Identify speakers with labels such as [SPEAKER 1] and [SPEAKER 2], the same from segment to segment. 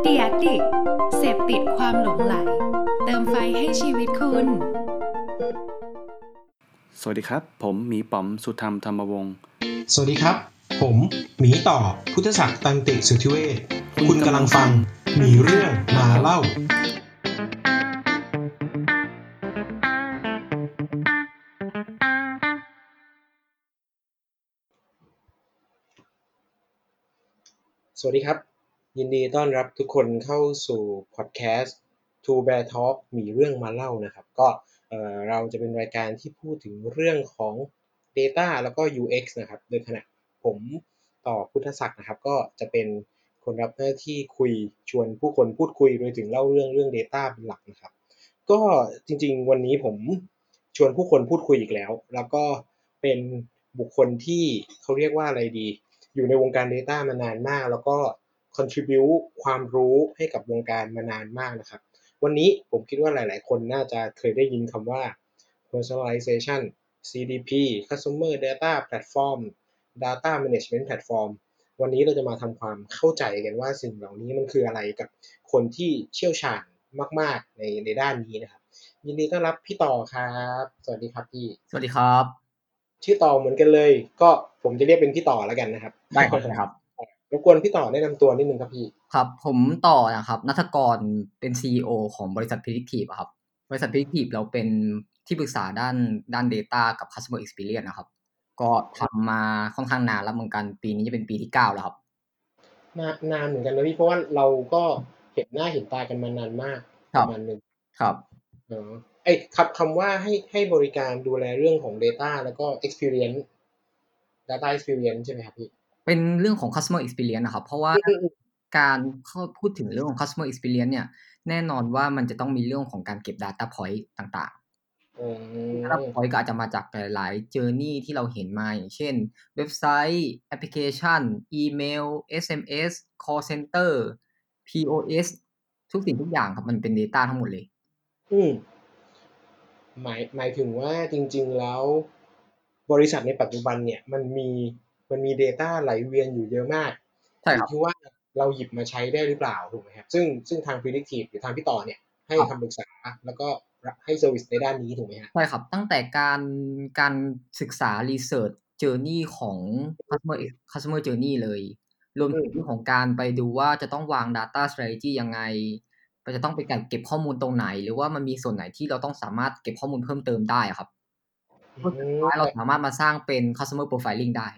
[SPEAKER 1] เดียดิกเสพติดความหลงไหล เติมไฟให้ชีวิตคุณ
[SPEAKER 2] สวัสดีครับ ผมหมีป๋อมสุธรรมธรรมวงศ์
[SPEAKER 3] สวัสดีครับ ผมหมีต่อพุทธศักดิ์ตันติสุทธิเวศคุณกำลังฟังหมีเรื่องมาเล่า สวัสดีครับ ยินดีต้อนรับทุกคนเข้าสู่พอดแคสต์ Two Bear Talk มีเรื่องมาเล่านะครับ ก็เอ่อเราจะเป็นรายการที่พูดถึงเรื่องของ Data แล้วก็ UX นะครับ โดยขณะผมต่อพุทธศักดิ์นะครับ ก็จะเป็นคนรับหน้าที่คุยชวนผู้คนพูดคุยโดยถึงเล่าเรื่องเรื่อง Data เป็นหลักนะครับ ก็จริงๆ วันนี้ผมชวนผู้คนพูดคุยอีกแล้ว แล้วก็เป็นบุคคลที่เขาเรียกว่าอะไรดี อยู่ในวงการ Data มานานมาก แล้วก็ contribute ความรู้ให้กับวงการมานานมากนะครับ วันนี้ผมคิดว่าหลาย ๆ คนน่าจะเคยได้ยินคำว่า personalization CDP customer data platform data management platform วันนี้เราจะมาทำความเข้าใจกันว่าสิ่งเหล่านี้มันคืออะไรกับคนที่เชี่ยวชาญมาก ๆ ในในด้านนี้นะครับ ยินดีต้อนรับพี่ต่อครับ สวัสดีครับพี่
[SPEAKER 4] สวัสดีครับ
[SPEAKER 3] ชื่อต่อเหมือนกันเลย ก็ผมจะเรียกเป็นพี่ต่อแล้วกันนะครับ
[SPEAKER 4] ได้ครับได้ครับ
[SPEAKER 3] รบกวนพี่ต่อแนะนำตัวนิดนึงครับพี่
[SPEAKER 4] ครับผมต่อนะครับนัทกรเป็น CEO ของบริษัทพิลิทีฟครับ บริษัทพิลิทีฟเราเป็นที่ปรึกษาด้านด้าน Data กับ Customer Experience นะครับ ก็ทำมาค่อนข้างนานแล้วเหมือนกันปีนี้จะเป็นปีที่ 9 แล้วครับ
[SPEAKER 3] นานนานเหมือนกันนะพี่เพราะว่าเราก็เห็นหน้าเห็นตากันมานานมาก
[SPEAKER 4] ค
[SPEAKER 3] ป
[SPEAKER 4] รับ
[SPEAKER 3] ระมาณหนึ่ง
[SPEAKER 4] ครับ
[SPEAKER 3] เนาะไอ้ยครับคำว่าให้ให้บริการดูแลเรื่องของ Data แล้วก็ Experience Data Experience ใช่ไหมครับพี่
[SPEAKER 4] เป็นเรื่องของ customer experience นะครับ เพราะว่า
[SPEAKER 3] อืมอืม
[SPEAKER 4] การเข้าพูดถึงเรื่องของ customer experience เนี่ย แน่นอนว่ามันจะต้องมีเรื่องของการเก็บ data point ต่างๆ
[SPEAKER 3] อืม
[SPEAKER 4] ดาต้าพอยก็อาจจะมาจากหลายๆเจอร์นี่ที่เราเห็นมาอย่างเช่น เว็บไซต์แอปพลิเคชัน อีเมล SMS call center POS ทุกสิ่งทุกอย่างครับมันเป็น Data ทั้งหมดเลย
[SPEAKER 3] อืมหมายหมายถึงว่าจริง ๆ แล้ว บริษัทในปัจจุบันเนี่ย มันมีมันมี Data ไหลเวียนอยู่เยอะมาก
[SPEAKER 4] ใช่
[SPEAKER 3] อ
[SPEAKER 4] ครับ
[SPEAKER 3] ยู่ที่ว่าเราหยิบมาใช้ได้หรือเปล่าถูกไหมครับซึ่งซึ่งทาง predictive หรือทางพี่ต่อเนี่ย ให้คำปรึกษาแล้วก็ให้ service ในด้านนี้ถูกไหมฮะ
[SPEAKER 4] ใช่ครับ ตั้งแต่การการศึกษา Research Journey ของ Customer Customer Journey เลย รวมถึงเรื่องของการไปดูว่าจะต้องวาง Data Strategy ยังไงเราจะต้องไปเก็บข้อมูลตรงไหน หรือว่ามันมีส่วนไหนที่เราต้องสามารถเก็บข้อมูลเพิ่มเติมได้อะครับ
[SPEAKER 3] อืม
[SPEAKER 4] ท้ายเราสามารถมาสร้างเป็น customer profiling ได้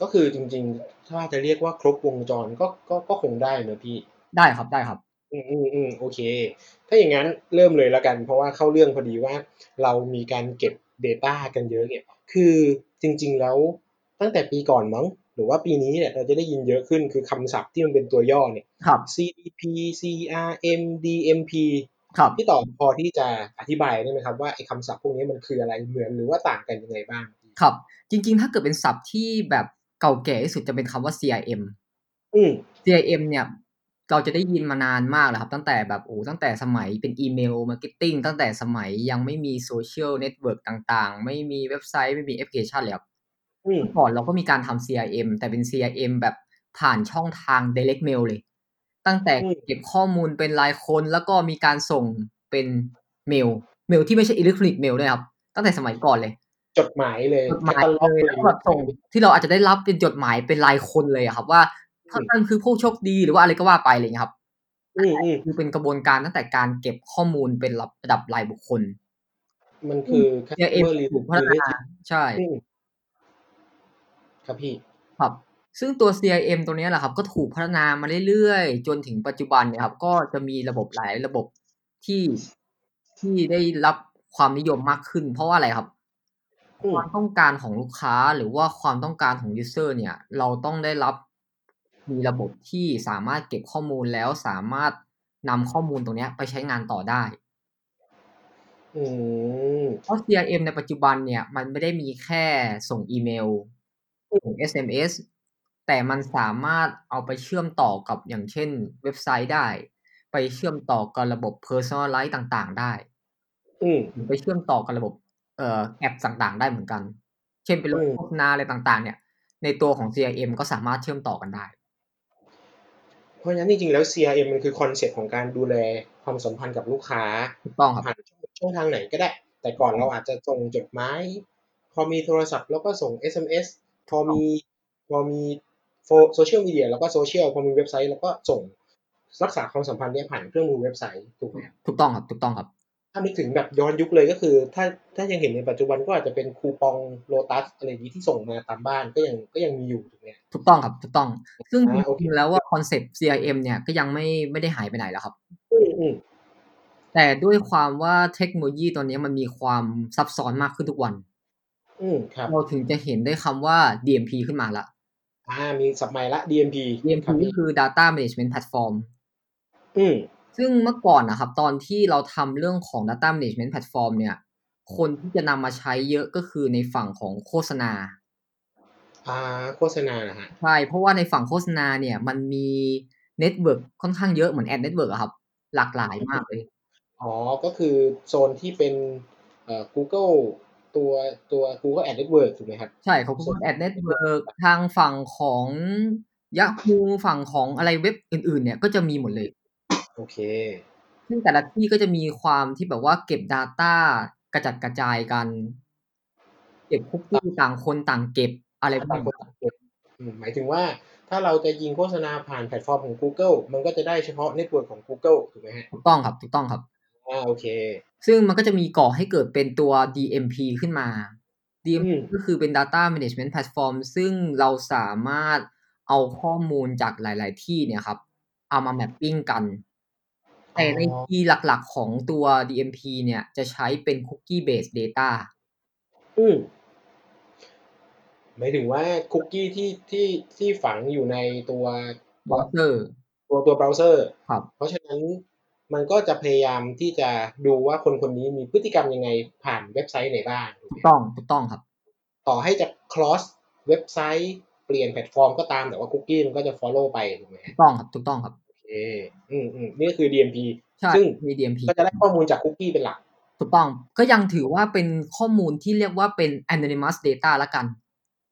[SPEAKER 3] ก็คือจริงๆ ถ้าจะเรียกว่าครบวงจรก็ก็ก็คงได้เนอะพี่
[SPEAKER 4] ได้ครับได้ครับ
[SPEAKER 3] อืมอืมอืมโอเค ถ้าอย่างนั้นเริ่มเลยแล้วกัน เพราะว่าเข้าเรื่องพอดีว่าเรามีการเก็บ Data กันเยอะเนี่ยคือจริงๆแล้วตั้งแต่ปีก่อนมั้ง หรือว่าปีนี้เนี่ยเราจะได้ยินเยอะขึ้นคือคำศัพท์ที่มันเป็นตัวย่อเนี่ย
[SPEAKER 4] ครับ
[SPEAKER 3] CDP CRM DMP
[SPEAKER 4] ครับ
[SPEAKER 3] พี่ต่อพอที่จะอธิบายได้ไหมครับว่าไอ้คำศัพท์พวกนี้มันคืออะไรเหมือนหรือว่าต่างกันยังไงบ้าง
[SPEAKER 4] ครับ จริงๆ ถ้าเกิดเป็นศัพท์ที่แบบเก่าแก่ที่สุดจะเป็นคำว่า CIM
[SPEAKER 3] อืม
[SPEAKER 4] CIM เนี่ย เราจะได้ยินมานานมากแล้วครับ ตั้งแต่แบบโอ้ตั้งแต่สมัยเป็นอีเมลมาร์เก็ตติ้งตั้งแต่สมัยยังไม่มีโซเชียลเน็ตเวิร์กต่างๆ ไม่มีเว็บไซต์ ไม่มีแอปพลิเคชันเลยครับ
[SPEAKER 3] อืม
[SPEAKER 4] เมื่อก่อนเราก็มีการทำ CIM แต่เป็น CIM แบบผ่านช่องทาง direct mail เลย ตั้งแต่เก็บข้อมูลเป็นรายคนแล้วก็มีการส่งเป็นเมล เมลที่ไม่ใช่อิเล็กทรอนิกส์เมลด้วยครับ ตั้งแต่สมัยก่อนเลย
[SPEAKER 3] จดหมายเลย
[SPEAKER 4] จดหมาย
[SPEAKER 3] แคตต
[SPEAKER 4] เล
[SPEAKER 3] ล็อกเล
[SPEAKER 4] ยแล้วก็แบบส่งที่เราอาจจะได้รับเป็นจดหมายเป็นรายคนเลยอะครับว่าท่านท่านคือผู้โชคดีหรือว่าอะไรก็ว่าไปอะไรอย่างเงี้ยครับ
[SPEAKER 3] อืมอืม
[SPEAKER 4] คือเป็นกระบวนการตั้งแต่การเก็บข้อมูลเป็นระดับรายบุคคล
[SPEAKER 3] มันคือ
[SPEAKER 4] เนี่ยเอ็ม
[SPEAKER 3] customer
[SPEAKER 4] ถูกพัฒ
[SPEAKER 3] relationship
[SPEAKER 4] นาใช่
[SPEAKER 3] อืมครับพี่
[SPEAKER 4] ครับ ซึ่งตัว CIM ตัวเนี้ยแหละครับ ก็ถูกพัฒนามาเรื่อยๆ จนถึงปัจจุบันเนี่ยครับ ก็จะมีระบบหลายระบบที่ที่ได้รับความนิยมมากขึ้น เพราะว่าอะไรครับ
[SPEAKER 3] อืม
[SPEAKER 4] ความต้องการของลูกค้าหรือว่าความต้องการของยูเซอร์เนี่ย เราต้องได้รับมีระบบที่สามารถเก็บข้อมูลแล้วสามารถนำข้อมูลตรงเนี้ยไปใช้งานต่อได้
[SPEAKER 3] อืม
[SPEAKER 4] เพราะ CRM ในปัจจุบันเนี่ย มันไม่ได้มีแค่ส่งอีเมลส่ง SMS แต่มันสามารถเอาไปเชื่อมต่อกับอย่างเช่นเว็บไซต์ได้ ไปเชื่อมต่อกับระบบ Personalize ต่างๆ ได้
[SPEAKER 3] อืม
[SPEAKER 4] หรือไปเชื่อมต่อกับระบบเอ่อแอปต่างๆ ได้เหมือนกัน เช่นเป็นระบบ
[SPEAKER 3] อืม
[SPEAKER 4] โฆษณาอะไรต่างๆ เนี่ย ในตัวของ CRM ก็สามารถเชื่อมต่อกันได้
[SPEAKER 3] ราะฉะนั้นจริงๆแล้ว CRM มันคือคอนเซ็ปต์ของการดูแลความสัมพันธ์กับลูกค้า
[SPEAKER 4] ถูกต้องครับ
[SPEAKER 3] ผ่านช่องทางไหนก็ได้ แต่ก่อนเราอาจจะส่งจดหมาย พอมีโทรศัพท์เราก็ส่ง SMS พอมีพอมีโซเชียลมีเดียแล้วก็โซเชียลพอมีเว็บไซต์เราก็ส่งรักษาความสัมพันธ์เนี้ผ่านเครื่องมือเว็บไซต์ถูกไหม
[SPEAKER 4] ถูกต้องครับ ถูกต้องครับ
[SPEAKER 3] ถ้านึกถึงแบบย้อนยุคเลยก็คือ ถ้าถ้ายังเห็นในปัจจุบันก็อาจจะเป็นคูปองโลตัสอะไรอย่างนี้ที่ส่งมาตามบ้านก็ยังก็ยังมีอยู่ถูกไหม
[SPEAKER 4] ถูกต้องครับ ถูกต้อง ซึ่งจ
[SPEAKER 3] อ่าโอเค
[SPEAKER 4] ริงๆแล้วว่าคอนเซปต์ CRM เนี่ยก็ยังไม่ไม่ได้หายไปไหนแล้วครับ
[SPEAKER 3] อืมอืม
[SPEAKER 4] แต่ด้วยความว่าเทคโนโลยีตอนนี้มันมีความซับซ้อนมากขึ้นทุกวัน
[SPEAKER 3] อืมครับ
[SPEAKER 4] เราถึงจะเห็นได้คำว่า DMP ขึ้นมาละ
[SPEAKER 3] อ่ามีสับใหม่ละ DMP
[SPEAKER 4] DMP
[SPEAKER 3] ครับ
[SPEAKER 4] ก็คือ Data Management Platform
[SPEAKER 3] อืม
[SPEAKER 4] ซึ่งเมื่อก่อนนะครับ ตอนที่เราทำเรื่องของ Data Management Platform เนี่ย คนที่จะนำมาใช้เยอะก็คือในฝั่งของโฆษณา
[SPEAKER 3] อ่าโฆษณานะฮะ
[SPEAKER 4] ใช่ เพราะว่าในฝั่งโฆษณาเนี่ย มันมีเน็ตเวิร์กค่อนข้างเยอะเหมือนแอดเน็ตเวิร์กครับ หลากหลายมากเลย
[SPEAKER 3] อ๋อก็คือโซนที่เป็นเอ่อ Google ตัวตัว Google Ad Network ถูกไหมครับ
[SPEAKER 4] ใช่เขาพูดว่าแอดเน็ตเวิร์กทางฝั่งของย a คูฝั่งของอะไรเว็บอื่นๆ เนี่ยก็จะมีหมดเลย
[SPEAKER 3] โอเค
[SPEAKER 4] ซึ่งแต่ละที่ก็จะมีความที่แบบว่าเก็บ Data กระจัดกระจายกัน เก็บคุกกี้ต่างคนต่างเก็บอะไรพวก
[SPEAKER 3] ต่างค
[SPEAKER 4] นี้
[SPEAKER 3] นต่างเก็บอืมหมายถึงว่าถ้าเราจะยิงโฆษณาผ่านแพลตฟอร์มของ Google มันก็จะได้เฉพาะเน็ตเวิร์กของ Google ถูกไหมฮะ
[SPEAKER 4] ถูกต้องครับ ถูกต้องครับ
[SPEAKER 3] อ่าโอเค
[SPEAKER 4] ซึ่งมันก็จะมีก่อให้เกิดเป็นตัว DMP ขึ้นมา DMP
[SPEAKER 3] อืม
[SPEAKER 4] ก็คือเป็น Data Management Platform ซึ่งเราสามารถเอาข้อมูลจากหลาย ๆ ที่เนี่ยครับ เอามาแมปปิ้งกัน แต่ในที่หลัก ๆ ของตัว DMP เนี่ย จะใช้เป็น Cookie Based Data
[SPEAKER 3] อืมหมายถึงว่าคุกกี้ที่ที่ที่ฝังอยู่ในตัว
[SPEAKER 4] Browser
[SPEAKER 3] ตัวตัวเบราว์เซอร์
[SPEAKER 4] ครับ
[SPEAKER 3] เพราะฉะนั้นมันก็จะพยายามที่จะดูว่าคนคนนี้มีพฤติกรรมยังไงผ่านเว็บไซต์ไหนบ้างถูกไหม
[SPEAKER 4] ถูกต้อง ถูกต้องครับ
[SPEAKER 3] ต่อให้จะ cross เว็บไซต์เปลี่ยนแพลตฟอร์มก็ตามแต่ว่าคุกกี้มันก็จะ follow ไปถูกไหมฮะ
[SPEAKER 4] ถูกต้องครับ ถูกต้องครับ
[SPEAKER 3] โอเคอืมอืมนี่ก็คือ DMP
[SPEAKER 4] ใช่
[SPEAKER 3] ซึ่ง
[SPEAKER 4] มี DMP
[SPEAKER 3] ก็จะได้ข้อมูลจากคุกกี้เป็นหลัก
[SPEAKER 4] ถูกต้อง ก็ยังถือว่าเป็นข้อมูลที่เรียกว่าเป็น anonymous data ละกัน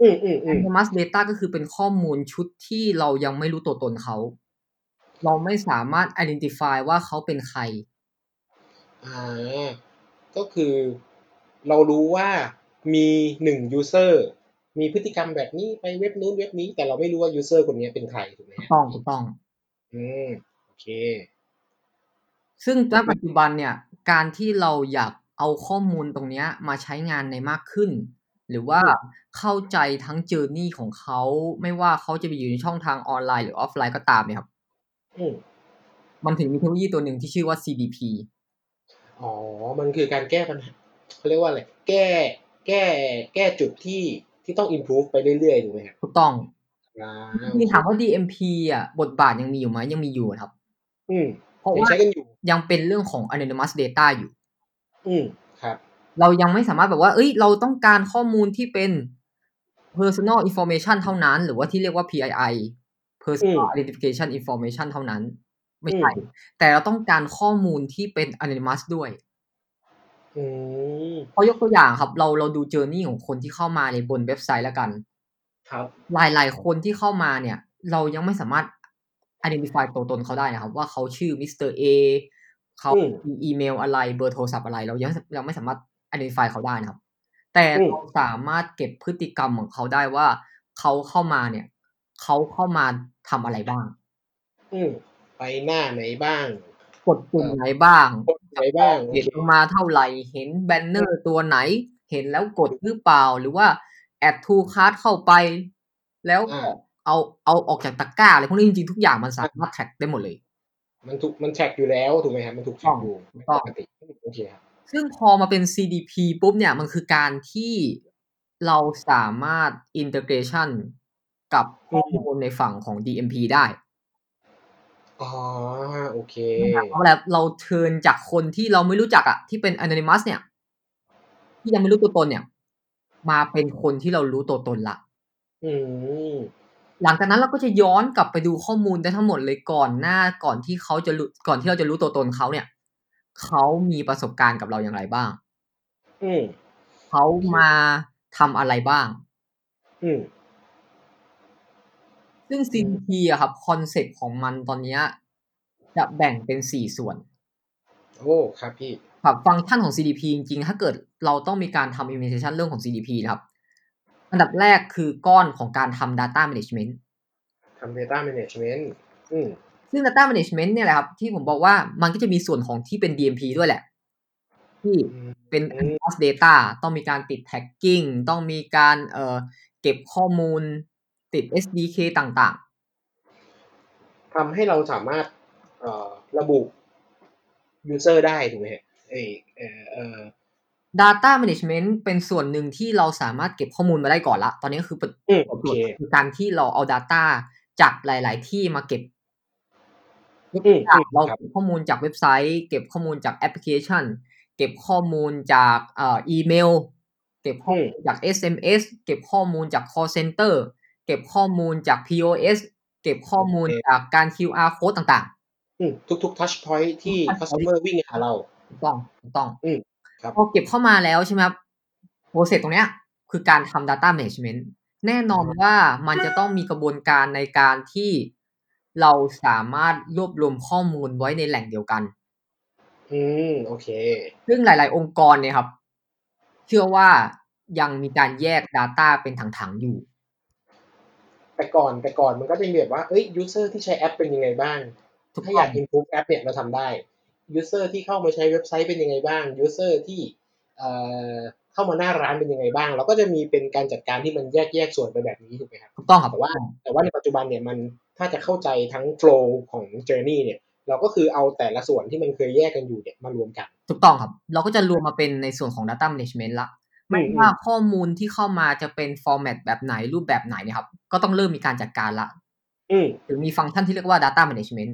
[SPEAKER 3] อืมอืมอืม
[SPEAKER 4] anonymous data ก็คือเป็นข้อมูลชุดที่เรายังไม่รู้ตัวตนเขา เราไม่สามารถ identify ว่าเขาเป็นใคร
[SPEAKER 3] อ่า ก็คือ เรารู้ว่ามีหนึ่ง user มีพฤติกรรมแบบนี้ไปเว็บนู้นเว็บนี้ แต่เราไม่รู้ว่า user คนนี้เป็นใครถูกไหม
[SPEAKER 4] ถูก
[SPEAKER 3] ฮะ
[SPEAKER 4] ต้องถูกต้อง
[SPEAKER 3] อืมโอเค
[SPEAKER 4] ซึ่งณปัจจุบันเนี่ย การที่เราอยากเอาข้อมูลตรงเนี้ยมาใช้งานในมากขึ้น หรือว่าเข้าใจทั้งเจอร์นี่ของเขา ไม่ว่าเขาจะไปอยู่ในช่องทางออนไลน์หรือออฟไลน์ก็ตามเนี่ยครับ
[SPEAKER 3] อืม
[SPEAKER 4] มันถึงมีเทคโนโลยีตัวหนึ่งที่ชื่อว่า CDP
[SPEAKER 3] อ๋อ มันคือการแก้ปัญหาเขาเรียกว่าอะไร แก้แก้แก้จุดที่ที่ต้อง improve ไปเรื่อยๆถูกไหมครับ
[SPEAKER 4] ถูกต้อง
[SPEAKER 3] อ่า
[SPEAKER 4] มีถามว่า DMP อ่ะบทบาทยังมีอยู่ไหมยังมีอยู่ครับ
[SPEAKER 3] อืม
[SPEAKER 4] เพราะ
[SPEAKER 3] ยัง
[SPEAKER 4] ว่า
[SPEAKER 3] ใช้กันอยู่
[SPEAKER 4] ยังเป็นเรื่องของ anonymous data อยู่
[SPEAKER 3] อืมครับ
[SPEAKER 4] เรายังไม่สามารถแบบว่า เอ้ย เราต้องการข้อมูลที่เป็น personal information เท่านั้น หรือว่าที่เรียกว่า PII personal
[SPEAKER 3] อืม
[SPEAKER 4] identification information เท่านั้น ไม่ใช่ แต่เราต้องการข้อมูลที่เป็น anonymous ด้วย
[SPEAKER 3] อืม
[SPEAKER 4] เพราะยกตัวอย่างครับ เราเราดู journey ของคนที่เข้ามาในบนเว็บไซต์แล้วกัน
[SPEAKER 3] ครับ
[SPEAKER 4] หลาย ๆ คนที่เข้ามาเนี่ย เรายังไม่สามารถ identify ตัวตนเขาได้นะครับ ว่าเขาชื่อมิสเตอร์เอเขา
[SPEAKER 3] อืม
[SPEAKER 4] มีอีเมลอะไรเบอร์โทรศัพท์อะไร เรายังยังไม่สามารถ identify เขาได้นะครับ แต่
[SPEAKER 3] อืม
[SPEAKER 4] เราสามารถเก็บพฤติกรรมของเขาได้ว่า เขาเข้ามาเนี่ยเขาเข้ามาทำอะไรบ้าง
[SPEAKER 3] อืมไปหน้าไหนบ้าง
[SPEAKER 4] กดปุ่มไหนบ้าง
[SPEAKER 3] กดไหนบ้าง
[SPEAKER 4] เห็นลงมาเท่าไหร่เห็นแบนเนอร์ตัวไหน เห็นแล้วกดหรือเปล่า หรือว่าแอดทูคาร์ดเข้าไป แล้ว
[SPEAKER 3] อ่า
[SPEAKER 4] เอาเอาออกจากตะกร้าอะไรพวกนี้จริงๆทุกอย่างมันสามารถแท็กได้หมดเลย
[SPEAKER 3] มันถูกมันแท็กอยู่แล้วถูกไหมครับมันถูกแท็กอยู่
[SPEAKER 4] ถูกต้อง
[SPEAKER 3] ปกติโอเคครับ
[SPEAKER 4] ซึ่งพอมาเป็น CDP ปุ๊บเนี่ยมันคือการที่เราสามารถ integration กับข้อมูลในฝั่งของ DMP ได้
[SPEAKER 3] อ๋อโอเค
[SPEAKER 4] เพราะแล้วาเราเชิญจากคนที่เราไม่รู้จักอะที่เป็น anonymous เนี่ย ที่ยังไม่รู้ตัวตนเนี่ย มาเป็นคนที่เรารู้ตัวตนละ
[SPEAKER 3] อืม
[SPEAKER 4] หลังจากนั้นเราก็จะย้อนกลับไปดูข้อมูลได้ทั้งหมดเลยก่อนหน้าก่อนที่เขาจะรู้ก่อนที่เราจะรู้ตัวตนเขาเนี่ย เขามีประสบการณ์กับเราอย่างไรบ้าง
[SPEAKER 3] อืม
[SPEAKER 4] เขามาทำอะไรบ้าง
[SPEAKER 3] อืม
[SPEAKER 4] ซึ่งซินทีอะครับคอนเซ็ปต์ของมันตอนเนี้ยจะแบ่งเป็นสี่ส่วน
[SPEAKER 3] โอ้ครับพี่
[SPEAKER 4] แบบฟังก์ชันของ CDP จริงๆ ถ้าเกิดเราต้องมีการทำ implementation เรื่องของ CDP นะครับ อันดับแรกคือก้อนของการทำ data management
[SPEAKER 3] ทำ data management อืม
[SPEAKER 4] ซึ่ง data management เนี่ยแหละครับ ที่ผมบอกว่ามันก็จะมีส่วนของที่เป็น DMP ด้วยแหละ ที่
[SPEAKER 3] อืม
[SPEAKER 4] เป็น
[SPEAKER 3] อืม
[SPEAKER 4] cross data ต้องมีการติด tagging ต้องมีการเอ่อเก็บข้อมูลติด SDK ต่าง
[SPEAKER 3] ทำให้เราสามารถเอ่อระบุ user ได้ถูกไหมฮะเอยเออเออ
[SPEAKER 4] ๆ data management เป็นส่วนหนึ่งที่เราสามารถเก็บข้อมูลมาได้ก่อนละ ตอนนี้ก็คือ
[SPEAKER 3] อืมโอเค
[SPEAKER 4] คือการที่เราเอา Data จากหลาย ๆ ที่มาเก็บยก
[SPEAKER 3] อื
[SPEAKER 4] ตัว
[SPEAKER 3] ม
[SPEAKER 4] อ
[SPEAKER 3] อื
[SPEAKER 4] ย่าง
[SPEAKER 3] ม
[SPEAKER 4] เรา
[SPEAKER 3] ครับ
[SPEAKER 4] เก็บข้อมูลจากเว็บไซต์ เก็บข้อมูลจากแอปพลิเคชัน เก็บข้อมูลจากเอ่ออีเมล เก็บข้อ
[SPEAKER 3] อืม
[SPEAKER 4] มูลจาก SMS เก็บข้อมูลจาก call center เก็บข้อมูลจาก POS เก็บข้อมูล
[SPEAKER 3] โอเค
[SPEAKER 4] จากการ QR code ต่าง
[SPEAKER 3] อืมทุกๆ touch point ที่
[SPEAKER 4] touch point
[SPEAKER 3] customer วิ่งหาเรา
[SPEAKER 4] ๆ ถูกต้องถูกต้อง
[SPEAKER 3] อืมครับ
[SPEAKER 4] พอเก็บเข้ามาแล้วใช่ไหมครับโปรเซสตรงเนี้ย คือการทำ Data Management แน่นอนว่ามันจะต้องมีกระบวนการในการที่เราสามารถรวบรวมข้อมูลไว้ในแหล่งเดียวกัน
[SPEAKER 3] อืมโอเค
[SPEAKER 4] ซึ่งหลาย ๆ องค์กรเนี่ยครับ เชื่อว่ายังมีการแยก Data เป็นถัง ๆ อยู่
[SPEAKER 3] แต่ก่อนแต่ก่อนมันก็จะมีแบบว่าเอ้ย user ที่ใช้แอปเป็นยังไงบ้าง
[SPEAKER 4] ทุก
[SPEAKER 3] ถ้า
[SPEAKER 4] ค
[SPEAKER 3] อยาน ก improve แอปเนี่ยเราทำได้ user ที่เข้ามาใช้เว็บไซต์เป็นยังไงบ้าง user ที่เอ่อเข้ามาหน้าร้านเป็นยังไงบ้าง เราก็จะมีเป็นการจัดการที่มันแยกแยกส่วนไปแบบนี้ถูกไหมครับ
[SPEAKER 4] ถูกต้องครับ
[SPEAKER 3] แต่ว่า แต่ว่าในปัจจุบันเนี่ยมันถ้าจะเข้าใจทั้ง flow ของ journey เนี่ย เราก็คือเอาแต่ละส่วนที่มันเคยแยกกันอยู่เนี่ยมารวมกัน
[SPEAKER 4] ถูกต้องครับ เราก็จะรวมมาเป็นในส่วนของ Data Management ละไม่
[SPEAKER 3] อืม
[SPEAKER 4] ว่าข้อมูลที่เข้ามาจะเป็น format แบบไหนรูปแบบไหนเนี่ยครับ ก็ต้องเริ่มมีการจัดการละ
[SPEAKER 3] อืม
[SPEAKER 4] หรือมีฟังก์ชันที่เรียกว่า Data Management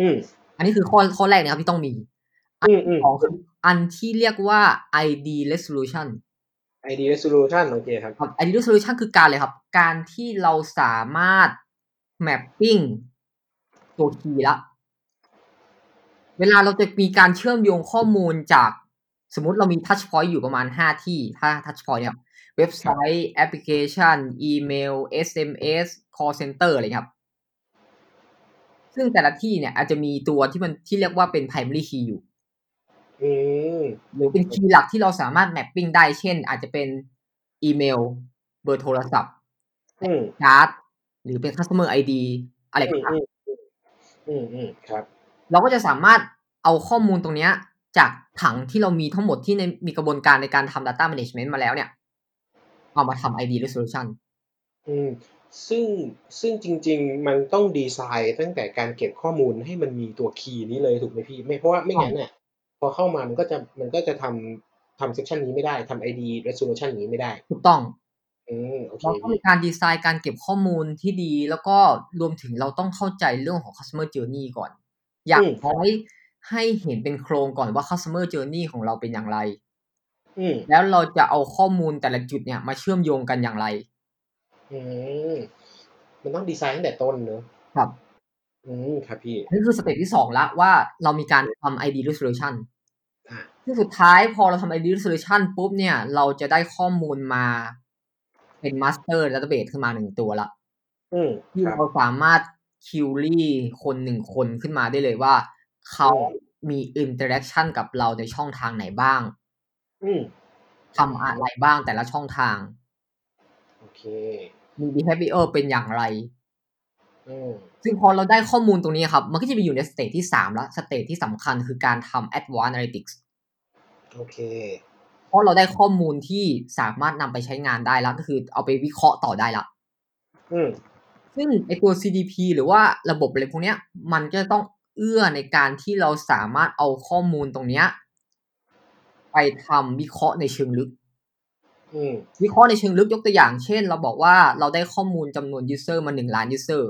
[SPEAKER 3] อืม
[SPEAKER 4] อันนี้คือข้อข้อแรกนะครับที่ต้องมี
[SPEAKER 3] อืมอืม
[SPEAKER 4] สองคืออันที่เรียกว่า ID Resolution
[SPEAKER 3] ID resolution โอเคครับ
[SPEAKER 4] ครับ ID Resolution คือการเลยครับ การที่เราสามารถ mapping ตัวคีย์ละ เวลาเราจะมีการเชื่อมโยงข้อมูลจากสมมติเรามี touch point อยู่ประมาณ 5 ที่ ถ้า touch point เนี่ยครับเว็บไซต์แอปพลิเคชัน อีเมล SMS call center อะไรเงี้ยครับ ซึ่งแต่ละที่เนี่ยอาจจะมีตัวที่มันที่เรียกว่าเป็น primary key อยู่
[SPEAKER 3] อืม
[SPEAKER 4] หรือเป็นคีย์หลักที่เราสามารถแมปปิ้งได้ เช่น อาจจะเป็นอีเมล เบอร์โทรศัพท์
[SPEAKER 3] อืม
[SPEAKER 4] การ์ดหรือเป็น customer ID อะไร
[SPEAKER 3] อื
[SPEAKER 4] ก็
[SPEAKER 3] ม
[SPEAKER 4] ตาม
[SPEAKER 3] อืมอืมอืมครับ
[SPEAKER 4] เราก็จะสามารถเอาข้อมูลตรงเนี้ยจากถังที่เรามีทั้งหมดที่ในมีกระบวนการในการทำ data management มาแล้วเนี่ย เอามาทำ ID resolution
[SPEAKER 3] อืมซึ่งซึ่งจริง ๆ มันต้องดีไซน์ตั้งแต่การเก็บข้อมูลให้มันมีตัวคีย์นี้เลยถูกไหมพี่ ไม่เพราะว่าไม่งั้นเนี่ยพอเข้ามามันก็จะมันก็จะทำทำเซสชันนี้ไม่ได้ทำ ID resolution นี้ไม่ได้
[SPEAKER 4] ถูกต้อง
[SPEAKER 3] อืมโอเค
[SPEAKER 4] เราต้อง
[SPEAKER 3] พี่
[SPEAKER 4] มีการดีไซน์การเก็บข้อมูลที่ดี แล้วก็รวมถึงเราต้องเข้าใจเรื่องของ customer journey ก่อน อย่างน้อยให้เห็นเป็นโครงก่อนว่า customer journey ของเราเป็นอย่างไร
[SPEAKER 3] อืม
[SPEAKER 4] แล้วเราจะเอาข้อมูลแต่ละจุดเนี่ยมาเชื่อมโยงกันอย่างไร
[SPEAKER 3] อืมมันต้องดีไซน์ตั้งแต่ต้นเนอะ
[SPEAKER 4] ครับ
[SPEAKER 3] อืมครับพี่
[SPEAKER 4] นี่คือสเต็ปที่สองละว่าเรามีการทำ ID resolution
[SPEAKER 3] อ่า
[SPEAKER 4] ซึ่งสุดท้ายพอเราทำ ID resolution ปุ๊บเนี่ย เราจะได้ข้อมูลมาเป็น master database ขึ้นมาหนึ่งตัวละ
[SPEAKER 3] อืม
[SPEAKER 4] ที่
[SPEAKER 3] ครับ
[SPEAKER 4] เราสามารถคิวรี่คนหนึ่งคนขึ้นมาได้เลยว่า เขามีอินเตอร์แอคชั่นกับเราในช่องทางไหนบ้าง
[SPEAKER 3] อืม
[SPEAKER 4] ทำอะไรบ้างแต่ละช่องทาง
[SPEAKER 3] โอเค
[SPEAKER 4] มี behavior เป็นอย่างไร
[SPEAKER 3] อืม
[SPEAKER 4] ซึ่งพอเราได้ข้อมูลตรงนี้ครับ มันก็จะไปอยู่ในสเตจที่ 3 แล้ว สเตจที่สำคัญคือการทำ advanced analytics
[SPEAKER 3] โอเค
[SPEAKER 4] เพราะเราได้ข้อมูลที่สามารถนำไปใช้งานได้แล้วก็คือเอาไปวิเคราะห์ต่อได้ละ
[SPEAKER 3] อืม
[SPEAKER 4] ซึ่งไอตัว CDP หรือว่าระบบอะไรพวกเนี้ย มันก็จะต้องเอื้อในการที่เราสามารถเอาข้อมูลตรงเนี้ย ไปทำวิเคราะห์ในเชิงลึก
[SPEAKER 3] อืม
[SPEAKER 4] วิเคราะห์ในเชิงลึกยกตัวอย่าง เช่น เราบอกว่าเราได้ข้อมูลจำนวน user มาหนึ่งล้าน user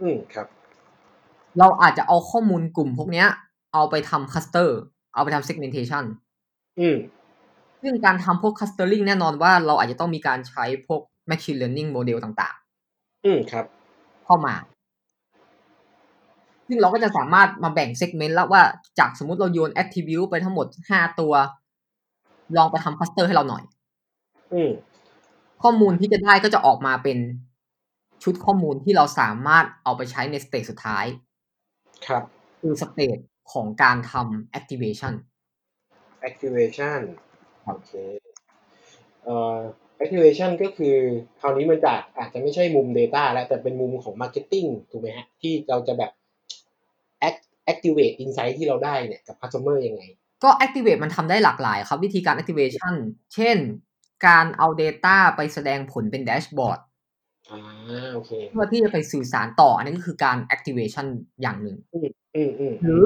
[SPEAKER 3] อืมครับ
[SPEAKER 4] เราอาจจะเอาข้อมูลกลุ่มพวกเนี้ย เอาไปทำ cluster เอาไปทำ segmentation
[SPEAKER 3] อืม
[SPEAKER 4] ซึ่งการทำพวก clustering แน่นอนว่าเราอาจจะต้องมีการใช้พวก machine learning model ต่าง
[SPEAKER 3] อืมครับ
[SPEAKER 4] ๆ เข้ามา ซึ่งเราก็จะสามารถมาแบ่ง segment แล้วว่าจากสมมติเราโยน attribute ไปทั้งหมด 5 ตัว ลองไปทำ cluster ให้เราหน่อย
[SPEAKER 3] อืม
[SPEAKER 4] ข้อมูลที่จะได้ก็จะออกมาเป็น ชุดข้อมูลที่เราสามารถเอาไปใช้ในสเตจสุดท้าย
[SPEAKER 3] ครับ
[SPEAKER 4] คือสเตจของการทำ activation
[SPEAKER 3] activation
[SPEAKER 4] ครั
[SPEAKER 3] โอบ เคเอ่อ activation ก็คือคราวนี้มันจะอาจจะไม่ใช่มุม Data แล้วแต่เป็นมุมของ Marketing ถูกไหมฮะ ที่เราจะแบบ act- activate insight ที่เราได้เนี่ยกับ customer ยังไง
[SPEAKER 4] ก็ activate มันทำได้หลากหลายครับวิธีการ activation เช่น การเอา Data ไปแสดงผลเป็นแดชบอร์ด
[SPEAKER 3] อ่าโอเค
[SPEAKER 4] เพื่อที่จะไปสื่อสารต่อ อันนี้ก็คือการ activation อย่างหนึ่ง
[SPEAKER 3] อืมอืม
[SPEAKER 4] หรือ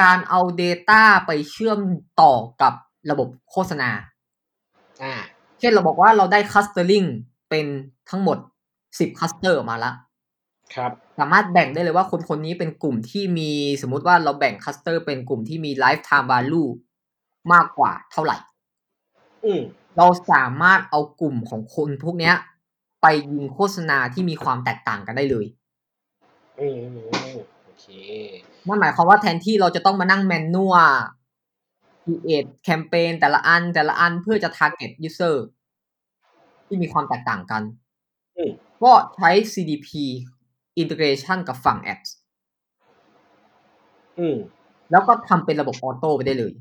[SPEAKER 4] การเอา Data ไปเชื่อมต่อกับระบบโฆษณา
[SPEAKER 3] อ่า
[SPEAKER 4] เช่นเราบอกว่าเราได้ clustering เป็นทั้งหมด 10 cluster มาละ
[SPEAKER 3] ครับ
[SPEAKER 4] สามารถแบ่งได้เลยว่าคนคนนี้เป็นกลุ่มที่มีสมมุติว่าเราแบ่งคัสเตอร์เป็นกลุ่มที่มี lifetime value มากกว่าเท่าไหร่
[SPEAKER 3] อืม
[SPEAKER 4] เราสามารถเอากลุ่มของคนพวกเนี้ย ไปยิงโฆษณาที่มีความแตกต่างกันได้เลย
[SPEAKER 3] อืมอืมอืมโอเค
[SPEAKER 4] นั่นหมายความว่าแทนที่เราจะต้องมานั่งแมนนัว create แคมเปญแต่ละอันแต่ละอันเพื่อจะ target user ที่มีความแตกต่างกัน
[SPEAKER 3] อืม
[SPEAKER 4] ก็ใช้ CDP integration กับฝั่ง ads
[SPEAKER 3] อืม
[SPEAKER 4] แล้วก็ทำเป็นระบบออโต้ไปได้เลย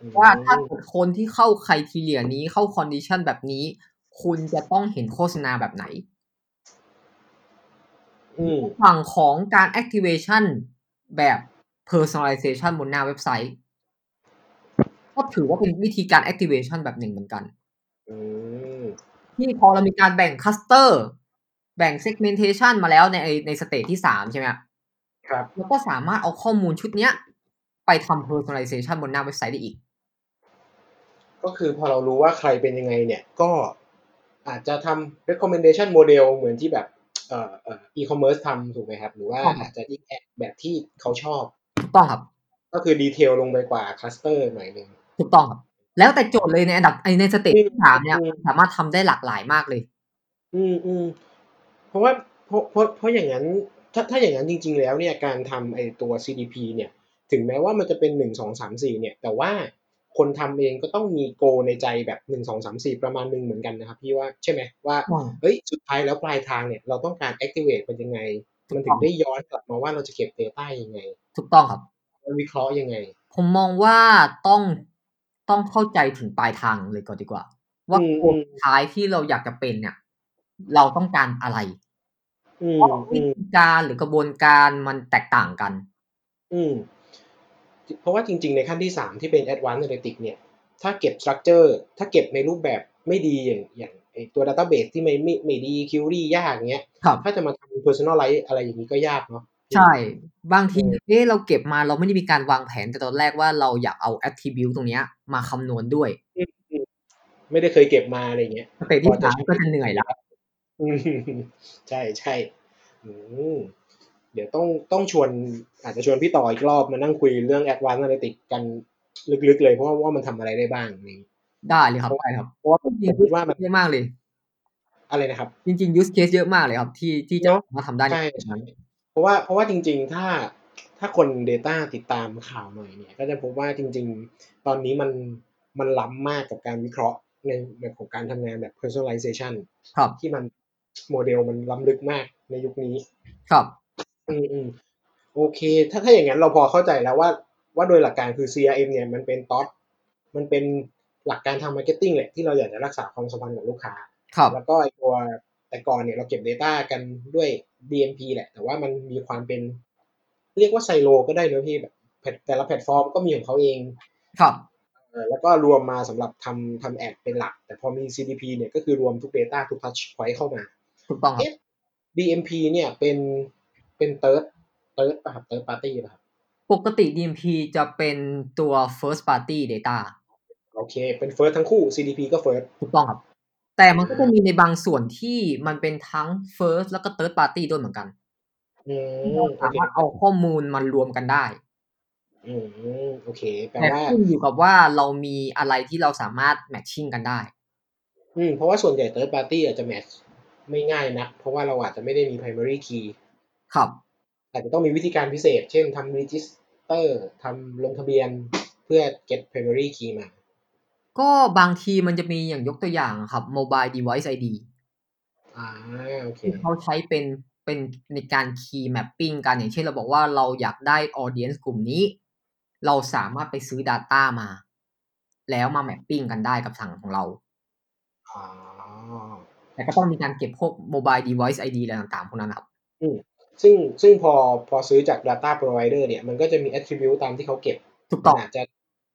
[SPEAKER 3] อืม
[SPEAKER 4] ว่าถ้าเกิดคนที่เข้าใครทีเลียนี้เข้าคอนดิชันแบบนี้ คุณจะต้องเห็นโฆษณาแบบไหน
[SPEAKER 3] อืม
[SPEAKER 4] ฝั่งของการ activation แบบ personalization บนหน้าเว็บไซต์ ก็ถือว่าเป็นวิธีการ activation แบบหนึ่งเหมือนกัน
[SPEAKER 3] อืม
[SPEAKER 4] ที่พอเรามีการแบ่ง cluster แบ่ง segmentation มาแล้วในในสเตจที่ 3 ใช่ไหม
[SPEAKER 3] ครับ
[SPEAKER 4] แล้วก็สามารถเอาข้อมูลชุดเนี้ย ไปทำ personalization บนหน้าเว็บไซต์ได้อีก
[SPEAKER 3] ก็คือพอเรารู้ว่าใครเป็นยังไงเนี่ย ก็อาจจะทำ recommendation model เหมือนที่แบบเอ่อเอ่อ e-commerce ทำถูกไหมครับ หรือว่า
[SPEAKER 4] ครับ
[SPEAKER 3] อาจจะยิงแอดแบบที่เขาชอบ
[SPEAKER 4] ถูกต้องครับ
[SPEAKER 3] ก็คือดีเทลลงไปกว่าคลัสเตอร์หน่อยหนึ่ง
[SPEAKER 4] ถูกต้องครับ แล้วแต่โจทย์เลยในอันดับไอ้ในสเตจที่สามเนี่ย
[SPEAKER 3] อืม
[SPEAKER 4] สามารถทำได้หลากหลายมากเลย
[SPEAKER 3] อืมอืมเพราะว่าเพราะเพราะเพราะอย่างนั้นถ้าถ้าอย่างนั้นจริง ๆ แล้วเนี่ยการทำไอตัว CDP เนี่ย ถึงแม้ว่ามันจะเป็นหนึ่งสองสามสี่เนี่ย แต่ว่าคนทำเองก็ต้องมีโกในใจแบบหนึ่งสองสามสี่ประมาณหนึ่งเหมือนกันนะครับพี่ว่าใช่ไหมว่า เฮ้ยสุดท้ายแล้วปลายทางเนี่ยเราต้องการ activate มันยังไง มันถึงได้ย้อนกลับมาว่าเราจะเก็บ data ยังไง
[SPEAKER 4] ถูกต้องครับ
[SPEAKER 3] มันวิเคราะห์ยังไง
[SPEAKER 4] ผมมองว่าต้องต้องเข้าใจถึงปลายทางเลยก่อนดีกว่า ว่า
[SPEAKER 3] อืม
[SPEAKER 4] โกลสุดท้ายที่เราอยากจะเป็นเนี่ย เราต้องการอะไร
[SPEAKER 3] อืม
[SPEAKER 4] เพราะวิ
[SPEAKER 3] อืม
[SPEAKER 4] ธีการหรือกระบวนการมันแตกต่างกัน
[SPEAKER 3] อืมเพราะว่าจริง ๆ ในขั้นที่ 3 ที่เป็น advanced analytics เนี่ย ถ้าเก็บ structure ถ้าเก็บในรูปแบบไม่ดีอย่างอย่างไอ้ตัว database ที่ไม่ไม่ไม่ดี query ยากเงี้ย
[SPEAKER 4] ครับ
[SPEAKER 3] ถ้าจะมาทำ personalize อะไรอย่างนี้ก็ยากเนาะ
[SPEAKER 4] ใช่ บางที
[SPEAKER 3] อืม
[SPEAKER 4] เอ๊ะเราเก็บมาเราไม่ได้มีการวางแผนแต่ตอนแรกว่าเราอยากเอา attribute ตรงเนี้ย มาคำนวณด้วย
[SPEAKER 3] ไม่ได้เคยเก็บมาอะไรเงี้ย
[SPEAKER 4] สเตจที่สามก็จะเหนื่อยละ
[SPEAKER 3] อืม ใช่ใช่อืมเดี๋ยวต้องต้องชวน อาจจะชวนพี่ต่ออีกรอบมานั่งคุยเรื่อง Advanced Analytics กันลึกๆเลยเพราะว่าว่ามันทำอะไรได้บ้างนี่
[SPEAKER 4] ได้เลยครับได้ครับ
[SPEAKER 3] เพราะว่าผม
[SPEAKER 4] จริง
[SPEAKER 3] คิดว่ามัน
[SPEAKER 4] ๆเยอะมากเลย
[SPEAKER 3] อะไรนะครับ
[SPEAKER 4] จริงๆ use case เยอะมากเลยครับ ที่ที่จะ
[SPEAKER 3] เนอะ
[SPEAKER 4] มาทำได้ใน
[SPEAKER 3] ใช่
[SPEAKER 4] ตรง
[SPEAKER 3] ใช่
[SPEAKER 4] นั้น
[SPEAKER 3] เพราะว่าเพราะว่าจริง ๆ ถ้าถ้าคน Data ติดตามข่าวหน่อยเนี่ย ก็จะพบว่าจริง ๆ ตอนนี้มันมันล้ำมากกับการวิเคราะห์ในแบบของการทำงานแบบ personalization
[SPEAKER 4] ครับ
[SPEAKER 3] ที่มันโมเดลมันล้ำลึกมากในยุคนี้
[SPEAKER 4] ครับ
[SPEAKER 3] อืมอืมโอเค ถ้าถ้าอย่างนั้นเราพอเข้าใจแล้วว่า ว่าโดยหลักการคือ CRM เนี่ยมันเป็นท็อตมันเป็นหลักการทำมาร์เก็ตติ้งแหละที่เราอยากจะรักษาความสัมพันธ์กับลูกค้า
[SPEAKER 4] ครับ
[SPEAKER 3] แล้วก็ไอ้ตัวแต่ก่อนเนี่ยเราเก็บ Data กันด้วย DMP แหละ แต่ว่ามันมีความเป็น เรียกว่าไซโลก็ได้นะพี่แบบแพลตแต่ละแพลตฟอร์มก็มีของเขาเอง
[SPEAKER 4] ครับ
[SPEAKER 3] เออแล้วก็รวมมาสำหรับทำทำแอดเป็นหลัก แต่พอมี CDP เนี่ยก็คือรวมทุก Data ทุก Touch Point เข้ามา
[SPEAKER 4] ถูกต้องครับ
[SPEAKER 3] เอ๊ะ DMP เนี่ยเป็นเป็นเติร์ดเติร์ดป่ะครับเติร์ดปาร์ตี้ป่ะครับ
[SPEAKER 4] ปกติ DMP จะเป็นตัว first party data
[SPEAKER 3] โอเค เป็นเฟิร์สทั้งคู่ CDP ก็เฟิร์ส
[SPEAKER 4] ถูกต้องครับ แต่มันก็จะมีในบางส่วนที่มันเป็นทั้ง first แล้วก็ third party ด้วยเหมือนกัน
[SPEAKER 3] อืม
[SPEAKER 4] เรา
[SPEAKER 3] โอ
[SPEAKER 4] สา
[SPEAKER 3] เค
[SPEAKER 4] มารถเอาข้อมูลมันรวมกันได้
[SPEAKER 3] อืมโอเค แปล
[SPEAKER 4] แต่
[SPEAKER 3] ว่า
[SPEAKER 4] ขึ้นอยู่กับว่าเรามีอะไรที่เราสามารถ matching กันได้
[SPEAKER 3] อืมเพราะว่าส่วนใหญ่เติร์ดปาร์ตี้อาจจะแมทไม่ง่ายนะเพราะว่าเราอาจจะไม่ได้มี primary key
[SPEAKER 4] ครับ
[SPEAKER 3] อาจจะต้องมีวิธีการพิเศษ เช่นทำ register ทำลงทะเบียนเพื่อ get primary key มา
[SPEAKER 4] ก็บางทีมันจะมีอย่างยกตัวอย่างอะครับ mobile device ID
[SPEAKER 3] อ่าโอเค
[SPEAKER 4] ที่เขาใช้เป็นเป็นในการ key mapping กันอย่างเช่นเราบอกว่าเราอยากได้ audience กลุ่มนี้ เราสามารถไปซื้อ Data มา แล้วมา mapping กันได้กับสั่งของเรา
[SPEAKER 3] อ๋อ
[SPEAKER 4] แต่ก็ต้องมีการเก็บพวก mobile device ID อะไรต่างๆพวกนั้นครับ
[SPEAKER 3] ซึ่งซึ่งพอพอซื้อจาก Data Provider เนี่ย มันก็จะมี Attribute ตามที่เขาเก็บ
[SPEAKER 4] ถูกต้อง
[SPEAKER 3] อาจจะ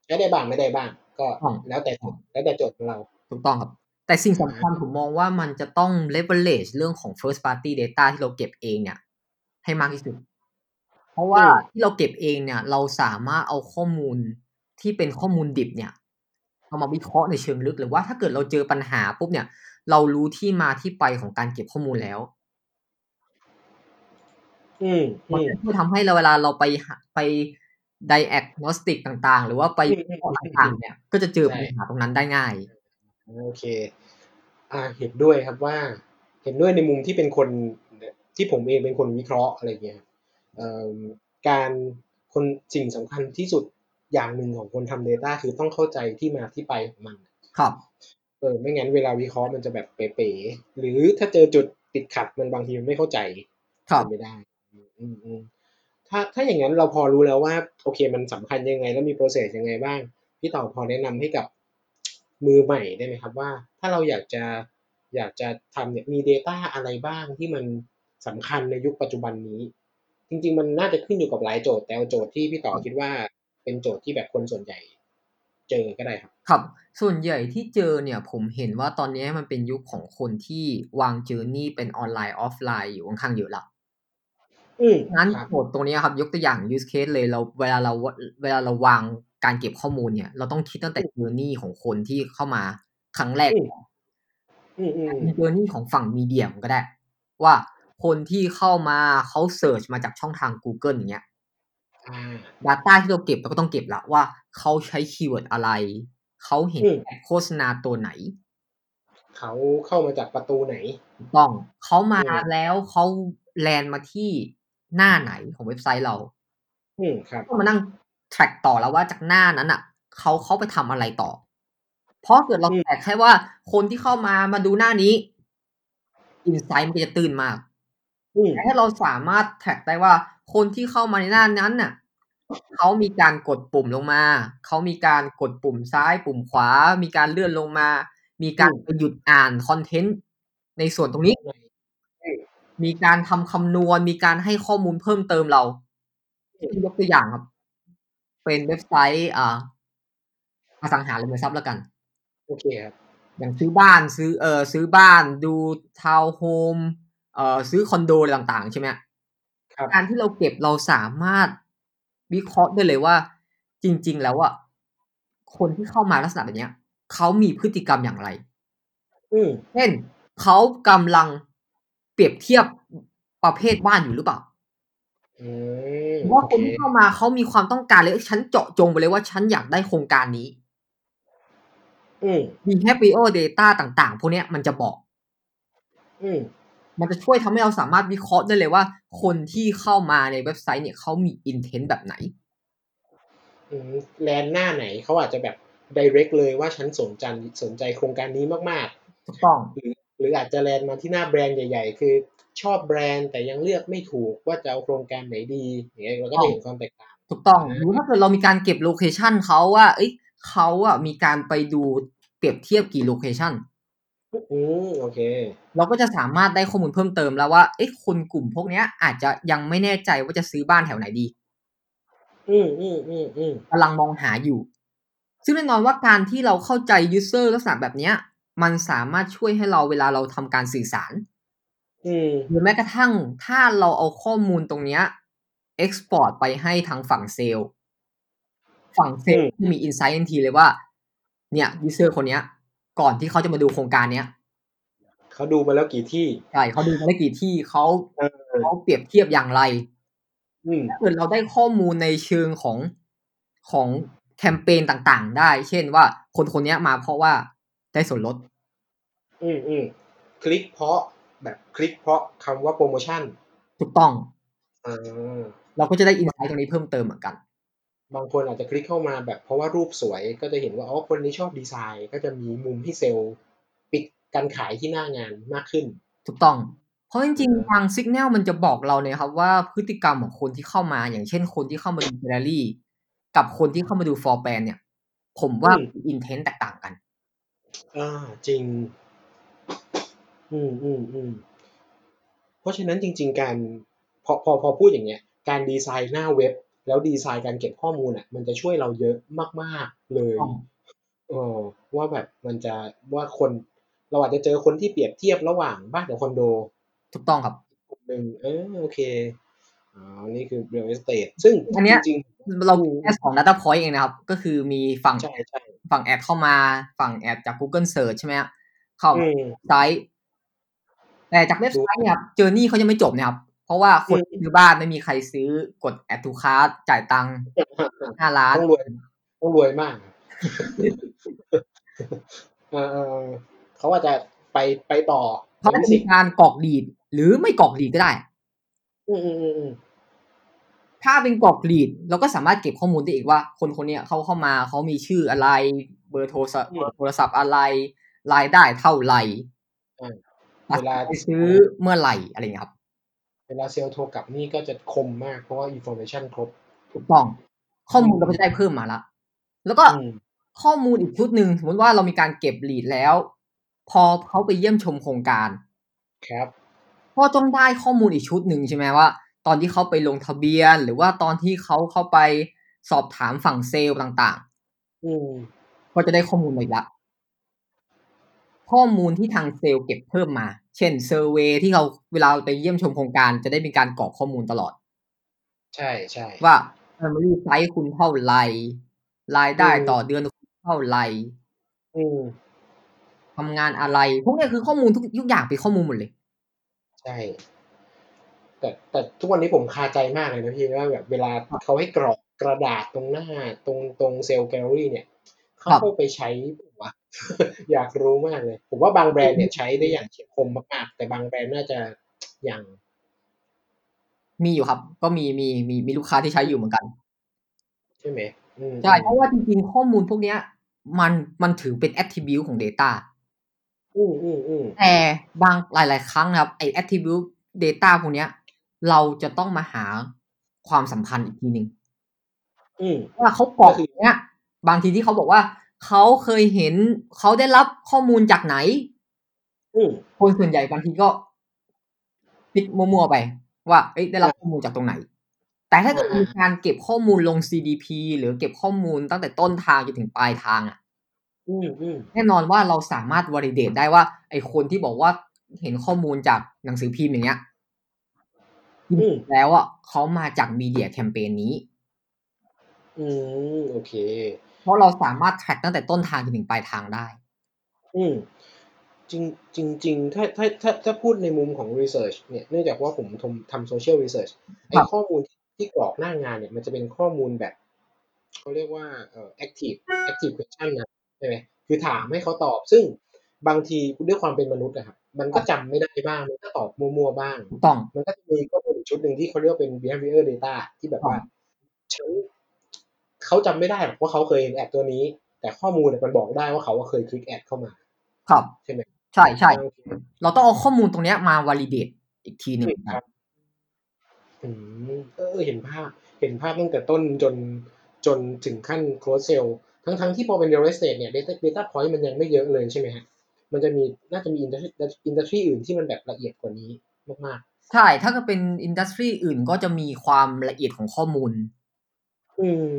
[SPEAKER 3] ใช้ได้บ้างไม่ได้บ้าง ก็
[SPEAKER 4] ถูกต้อง
[SPEAKER 3] แล้วแต่โจทย์แล้วแต่โจทย์ของเรา
[SPEAKER 4] ถูกต้องครับ แต่สิ่งสำคัญผมมองว่ามันจะต้อง leverage เรื่องของ first party data ที่เราเก็บเองเนี่ย ให้มากที่สุด เพราะว่า
[SPEAKER 3] อืม
[SPEAKER 4] ที่เราเก็บเองเนี่ย เราสามารถเอาข้อมูลที่เป็นข้อมูลดิบเนี่ยเอามาวิเคราะห์ในเชิงลึกหรือว่าถ้าเกิดเราเจอปัญหาปุ๊บเนี่ย เรารู้ที่มาที่ไปของการเก็บข้อมูลแล้ว
[SPEAKER 3] อืม
[SPEAKER 4] มัน
[SPEAKER 3] อืม
[SPEAKER 4] จะช่วยทำให้เราเวลาเราไปหาไป diagnostic ต่างๆ หรือว่าไป
[SPEAKER 3] อืม
[SPEAKER 4] วิเคราะห์ต่างๆ เนี่ย ก็จะเจอปัญหาตรงนั้นได้ง่าย
[SPEAKER 3] โอเค อ่า เห็นด้วยครับว่า เห็นด้วยในมุมที่เป็นคนที่ผมเองเป็นคนวิเคราะห์อะไรอย่างเงี้ยครับเอิ่มการคนสิ่งสำคัญที่สุดอย่างหนึ่งของคนทำ Data คือต้องเข้าใจที่มาที่ไปของมัน
[SPEAKER 4] ครับ
[SPEAKER 3] เออไม่งั้นเวลาวิเคราะห์มันจะแบบเป๋ๆหรือถ้าเจอจุดติดขัดมันบางทีมันไม่เข้าใจ
[SPEAKER 4] ครับ
[SPEAKER 3] มันไม่ได้อืมอืมถ้าถ้าอย่างนั้นเราพอรู้แล้วว่า โอเคมันสำคัญยังไง แล้วมีโปรเซสยังไงบ้าง พี่ต่อพอแนะนำให้กับมือใหม่ได้ไหมครับว่า ถ้าเราอยากจะอยากจะทำเนี่ยมี Data อะไรบ้างที่มันสำคัญในยุคปัจจุบันนี้ จริง ๆ มันน่าจะขึ้นอยู่กับหลายโจทย์แต่เอาโจทย์ที่พี่ต่อคิดว่าเป็นโจทย์ที่แบบคนส่วนใหญ่ เจอก็ได้ครับ
[SPEAKER 4] ครับ ส่วนใหญ่ที่เจอเนี่ยผมเห็นว่าตอนนี้มันเป็นยุคของคนที่วางเจอร์นี่เป็นออนไลน์ออฟไลน์อยู่ค่อนข้างเยอะละ
[SPEAKER 3] อืม
[SPEAKER 4] งั้น
[SPEAKER 3] ครับ
[SPEAKER 4] โจทย์ตรงนี้ครับยกตัวอย่าง use case เลยเราเวลาเราเวลาเราวางการเก็บข้อมูลเนี่ย เราต้องคิดตั้งแต่เจอร์นี่ของคนที่เข้ามาครั้งแรก
[SPEAKER 3] อืมอืมอืม
[SPEAKER 4] เจอร์นี่ของฝั่งมีเดียมก็ได้ ว่าคนที่เข้ามาเขาเสิร์ชมาจากช่องทาง Google อย่างเงี้ย
[SPEAKER 3] อ่า
[SPEAKER 4] Data ที่เราเก็บเราก็ต้องเก็บละว่าเขาใช้คีย์เวิร์ดอะไร เขาเห็น
[SPEAKER 3] อืม
[SPEAKER 4] โฆษณาตัวไหน
[SPEAKER 3] เขาเข้ามาจากประตูไหน
[SPEAKER 4] ถูกต้องเขามา
[SPEAKER 3] อืม
[SPEAKER 4] แล้วเขาแลนมาที่หน้าไหนของเว็บไซต์เรา
[SPEAKER 3] อืมครับ
[SPEAKER 4] ก็มานั่ง track ต่อแล้วว่าจากหน้านั้นอ่ะเขาเขาไปทำอะไรต่อ เพราะเกิดเรา
[SPEAKER 3] อืม
[SPEAKER 4] แตกแค่ว่าคนที่เข้ามามาดูหน้านี้อินไซต์มันก็จะตื่นมาก
[SPEAKER 3] อืม
[SPEAKER 4] แต่ถ้าเราสามารถแท็กได้ว่าคนที่เข้ามาในหน้านั้นน่ะเขามีการกดปุ่มลงมาเขามีการกดปุ่มซ้ายปุ่มขวา มีการเลื่อนลงมา มีการไปหยุดอ่านคอนเทนต์ในส่วนตรงนี้ มีการทำคำนวณ มีการให้ข้อมูลเพิ่มเติมเรายกตัวอย่างครับ เป็นเว็บไซต์อ่าอสังหาริมทรัพย์แล้วกัน
[SPEAKER 3] โอเคครับ
[SPEAKER 4] อย่างซื้อบ้านซื้อเออซื้อบ้านดูทาวน์โฮมเออซื้อคอนโดอะไรต่างๆ ใช่ไหม
[SPEAKER 3] ครับ
[SPEAKER 4] การที่เราเก็บเราสามารถวิเคราะห์ได้เลยว่า จริง ๆ แล้วอ่ะคนที่เข้ามาลักษณะแบบเนี้ยเขามีพฤติกรรมอย่างไร
[SPEAKER 3] อืม
[SPEAKER 4] เช่นเขากำลังเปรียบเทียบประเภทบ้านอยู่หรือเปล่า
[SPEAKER 3] อืม
[SPEAKER 4] หรือว่า
[SPEAKER 3] โอ
[SPEAKER 4] คน
[SPEAKER 3] เค
[SPEAKER 4] ที่เข้ามาเขามีความต้องการเลยฉันเจาะจงไปเลยว่าฉันอยากได้โครงการนี้
[SPEAKER 3] อืม
[SPEAKER 4] มี h a p p y o data ต่างๆ พวกเนี้ยมันจะบอก
[SPEAKER 3] อืม
[SPEAKER 4] มันจะช่วยทำให้เราสามารถวิเคราะห์ได้เลยว่า คนที่เข้ามาในเว็บไซต์เนี่ยเขามี intent แบบไหน
[SPEAKER 3] อืมแลนด์หน้าไหนเขาอาจจะแบบ direct เลยว่าฉันสนใจสนใจโครงการนี้มาก
[SPEAKER 4] ถูกต้อง
[SPEAKER 3] ๆ หรืออาจจะแลนด์มาที่หน้าแบรนด์ใหญ่ ๆ คือชอบแบรนด์แต่ยังเลือกไม่ถูกว่าจะเอาโครงการไหนดีอย่างเงี้ยเราก็จะเห็นความแตกต่าง
[SPEAKER 4] ถูกต้องหรือถ้าเกิดเรามีการเก็บโลเคชันเขาว่า เอ้ยเขาอ่ะมีการไปดูเปรียบเทียบกี่โลเคชัน
[SPEAKER 3] อืมโอเค
[SPEAKER 4] เราก็จะสามารถได้ข้อมูลเพิ่มเติมแล้วว่า เอ้ยคนกลุ่มพวกเนี้ยอาจจะยังไม่แน่ใจว่าจะซื้อบ้านแถวไหนดี
[SPEAKER 3] อืมอืมอืมอืม
[SPEAKER 4] กำลังมองหาอยู่ ซึ่งแน่นอนว่าการที่เราเข้าใจ user ลักษณะแบบเนี้ย มันสามารถช่วยให้เราเวลาเราทำการสื่อสาร
[SPEAKER 3] อืม
[SPEAKER 4] หรือแม้กระทั่งถ้าเราเอาข้อมูลตรงเนี้ย export ไปให้ทางฝั่งเซลล์ ฝั่งเซลล์ที่มี insight ทันทีเลยว่า เนี่ย user คนเนี้ย ก่อนที่เขาจะมาดูโครงการเนี้ย
[SPEAKER 3] เขาดูมาแล้วกี่ที่
[SPEAKER 4] ใช่เขาดูมาได้กี่ที่เขา
[SPEAKER 3] เออ
[SPEAKER 4] เขาเปรียบเทียบอย่างไร
[SPEAKER 3] อืม
[SPEAKER 4] ถ้าเกิดเราได้ข้อมูลในเชิงของของแคมเปญต่างๆ ได้ เช่นว่าคนคนเนี้ยมาเพราะว่าได้ส่วนลด
[SPEAKER 3] อืมอืมคลิกเพราะแบบคลิกเพราะคำว่าโปรโมชั่น
[SPEAKER 4] ถูกต้อง
[SPEAKER 3] อ่า
[SPEAKER 4] เราก็จะได้อินไซต์ตรงนี้เพิ่มเติมเหมือนกัน
[SPEAKER 3] บางคนอาจจะคลิกเข้ามาแบบเพราะว่ารูปสวยก็จะเห็นว่าอ๋อคนนี้ชอบดีไซน์ ก็จะมีมุมให้เซลล์ ปิดการขายที่หน้างานมากขึ้น
[SPEAKER 4] ถูกต้อง เพราะจริงๆทาง Signal มันจะบอกเราเลยครับว่าพฤติกรรมของคนที่เข้ามา อย่างเช่นคนที่เข้ามาดูแกลเลอรี่ กับคนที่เข้ามาดูฟอร์แบนเนี่ย ผมว่า
[SPEAKER 3] อืม
[SPEAKER 4] อินเทนต์แตกต่างกัน
[SPEAKER 3] อ่าจริง อืมอืมอืมเพราะฉะนั้นจริง ๆ การพอพอพอพูดอย่างเงี้ย การดีไซน์หน้าเว็บ แล้วดีไซน์การเก็บข้อมูลอ่ะ มันจะช่วยเราเยอะมากๆเลย
[SPEAKER 4] ถูกต้อง
[SPEAKER 3] เออว่าแบบมันจะว่าคน เราอาจจะเจอคนที่เปรียบเทียบระหว่างบ้านกับคอนโด
[SPEAKER 4] ถูกต้องครับ
[SPEAKER 3] กลุ่มหนึ่งเออโอเคอ๋อนี่คือ real estate ซึ่ง
[SPEAKER 4] อันเนี้ย
[SPEAKER 3] จริง
[SPEAKER 4] เรามีแค่สอง data point เองนะครับ ก็คือมีฝั่ง
[SPEAKER 3] ๆใช่ใช่
[SPEAKER 4] ฝั่งแอดเข้ามาฝั่งแอดจาก Google Search ใช่ไหมฮะเข้า
[SPEAKER 3] อืม
[SPEAKER 4] ไซต์แต่จากเว็บไซต์เนี่ยเจอร์นี่เขายังไม่จบนะครับ เพราะว่าคน
[SPEAKER 3] อืม
[SPEAKER 4] ซื้อบ้านไม่มีใครซื้อกดแอดทูคาร์จ่ายตังค์ห้าล้าน
[SPEAKER 3] ต้องรวยต้องรวยมาก เออเออเขาอาจจะไปไปต่อ
[SPEAKER 4] เพราะ
[SPEAKER 3] ใน
[SPEAKER 4] มัน
[SPEAKER 3] สิ
[SPEAKER 4] มีการกรอกลีด หรือไม่กรอกลีดก็ได้
[SPEAKER 3] อืมอืมอืมอืม
[SPEAKER 4] ถ้าเป็นกรอกลีดเราก็สามารถเก็บข้อมูลได้อีกว่า คนคนเนี้ยเขาเข้ามาเขามีชื่ออะไร เบอร์โทรศัพท์เบอร์โทรศัพท์อะไรรายได้เท่าไหร่
[SPEAKER 3] เวลา
[SPEAKER 4] ไปซื้อเมื่อไหร่อะไรอย่างเงี้ยครับ
[SPEAKER 3] เวลาเซลล์โทรกลับนี่ก็จะคมมาก เพราะว่า information ครบ
[SPEAKER 4] ถูกต้อง ข้อมูลเราก็จะได้เพิ่มมาละแล้วก็
[SPEAKER 3] อืม
[SPEAKER 4] ข้อมูลอีกชุดหนึ่งสมมติว่าเรามีการเก็บลีดแล้ว พอเขาไปเยี่ยมชมโครงการ
[SPEAKER 3] ครับ
[SPEAKER 4] ก็ต้องได้ข้อมูลอีกชุดหนึ่งใช่ไหมว่า ตอนที่เขาไปลงทะเบียน หรือว่าตอนที่เขาเข้าไปสอบถามฝั่งเซลล์ต่าง
[SPEAKER 3] อืม
[SPEAKER 4] ๆ ก็จะได้ข้อมูลมาอีกละ ข้อมูลที่ทางเซลล์เก็บเพิ่มมา เช่นเซอร์เวยที่เราเวลาไปเยี่ยมชมโครงการ จะได้มีการกรอกข้อมูลตลอด
[SPEAKER 3] ใช่ใช่
[SPEAKER 4] ว่า Family Size คุณเท่าไหรรายได้
[SPEAKER 3] อืม
[SPEAKER 4] ต่อเดือนคุณเท่าไหร
[SPEAKER 3] อืม
[SPEAKER 4] ทำงานอะไร พวกเนี้ยคือข้อมูลทุกยุกอย่างเป็นข้อมูลหมดเลย
[SPEAKER 3] ใช่ แต่แต่ทุกวันนี้ผมคาใจมากเลยนะพี่ว่าแบบเวลาเขาให้กรอกกระดาษตรงหน้า ตรงตรงเซลล์แกลเลอรี่เนี่ย เขา
[SPEAKER 4] ครับ
[SPEAKER 3] เข้าไปใช้ผมว่า อยากรู้มากเลย ผมว่าบางแบรนด์เนี่ยใช้ได้อย่างเฉียบคมมากๆแต่บางแบรนด์น่าจะอย่าง
[SPEAKER 4] มีอยู่ครับ ก็มีมีมีมีลูกค้าที่ใช้อยู่เหมือนกัน
[SPEAKER 3] ใช่ไหมอืม
[SPEAKER 4] ใช่ เพราะว่าจริงๆ ข้อมูลพวกเนี้ย มันมันถือเป็น attribute ของ Data
[SPEAKER 3] อืมอืมอืม
[SPEAKER 4] แต่บางหลาย ๆ ครั้งนะครับไอ้ attribute data พวกเนี้ย เราจะต้องมาหาความสัมพันธ์อีกทีหนึ่ง
[SPEAKER 3] อืม
[SPEAKER 4] ว่าเขากรอก
[SPEAKER 3] ก็คือ
[SPEAKER 4] เนี้ย บางทีที่เขาบอกว่า เขาเคยเห็นเขาได้รับข้อมูลจากไหน
[SPEAKER 3] อืม
[SPEAKER 4] คนส่วนใหญ่บางทีก็พิดมั่วๆไป ว่าเอ้ยได้รับข้อมูลจากตรงไหน แต่ถ้าเกิดมีการเก็บข้อมูลลง CDP หรือเก็บข้อมูลตั้งแต่ต้นทางจนถึงปลายทางอะ
[SPEAKER 3] อืมอืม
[SPEAKER 4] แน่นอนว่าเราสามารถวอลิเดตได้ว่า ไอคนที่บอกว่าเห็นข้อมูลจากหนังสือพิมพ์อย่างเงี้ย
[SPEAKER 3] อืม
[SPEAKER 4] แล้วอ่ะเขามาจากมีเดียแคมเปญนี้
[SPEAKER 3] อืมโอเค
[SPEAKER 4] เพราะเราสามารถแทร็กตั้งแต่ต้นทางจนถึงปลายทางได้
[SPEAKER 3] อืมจริงจริงจริงถ้าถ้าถ้าถ้าพูดในมุมของ research เนี่ยเนื่องจากว่าผมทำทำ social research ไอ้
[SPEAKER 4] ครับ
[SPEAKER 3] ข้อมูลที่กรอกหน้างานเนี่ย มันจะเป็นข้อมูลแบบเขาเรียกว่าเอ่อ active active question นะใช่ไหมคือถามให้เขาตอบ ซึ่งบางทีด้วยความเป็นมนุษย์นะครับ มันก็จำไม่ได้บ้าง มันก็ตอบมั่วๆบ้าง
[SPEAKER 4] ถูกต้อง
[SPEAKER 3] มันก็จะมีข้อมูลอีกชุดหนึ่งที่เขาเรียกว่าเป็น behavior data ที่แบบว่าฉันเขาจำไม่ได้หรอกว่าเขาเคยเห็นแอดตัวนี้ แต่ข้อมูลเนี่ยมันบอกได้ว่าเขาว่าเคยคลิกแอดเข้ามา
[SPEAKER 4] ครับ
[SPEAKER 3] ใช่ไหม
[SPEAKER 4] ใช่ใช่
[SPEAKER 3] โอเค
[SPEAKER 4] เราต้องเอาข้อมูลตรงเนี้ยมาวอลิเดตอีกทีหนึ่ง
[SPEAKER 3] ครับอืมเออเห็นภาพ เห็นภาพตั้งแต่ต้นจนจนถึงขั้น close sale ทั้งทั้งที่พอเป็น real estate เนี่ย data data point มันยังไม่เยอะเลยใช่ไหมฮะ มันจะมีน่าจะมี industry industry อื่นที่มันแบบละเอียดกว่านี้มาก
[SPEAKER 4] ใช่ ถ้าเกิดเป็นอินดัสทรีอื่นก็จะมีความละเอียดของข้อมูล
[SPEAKER 3] ๆ อืม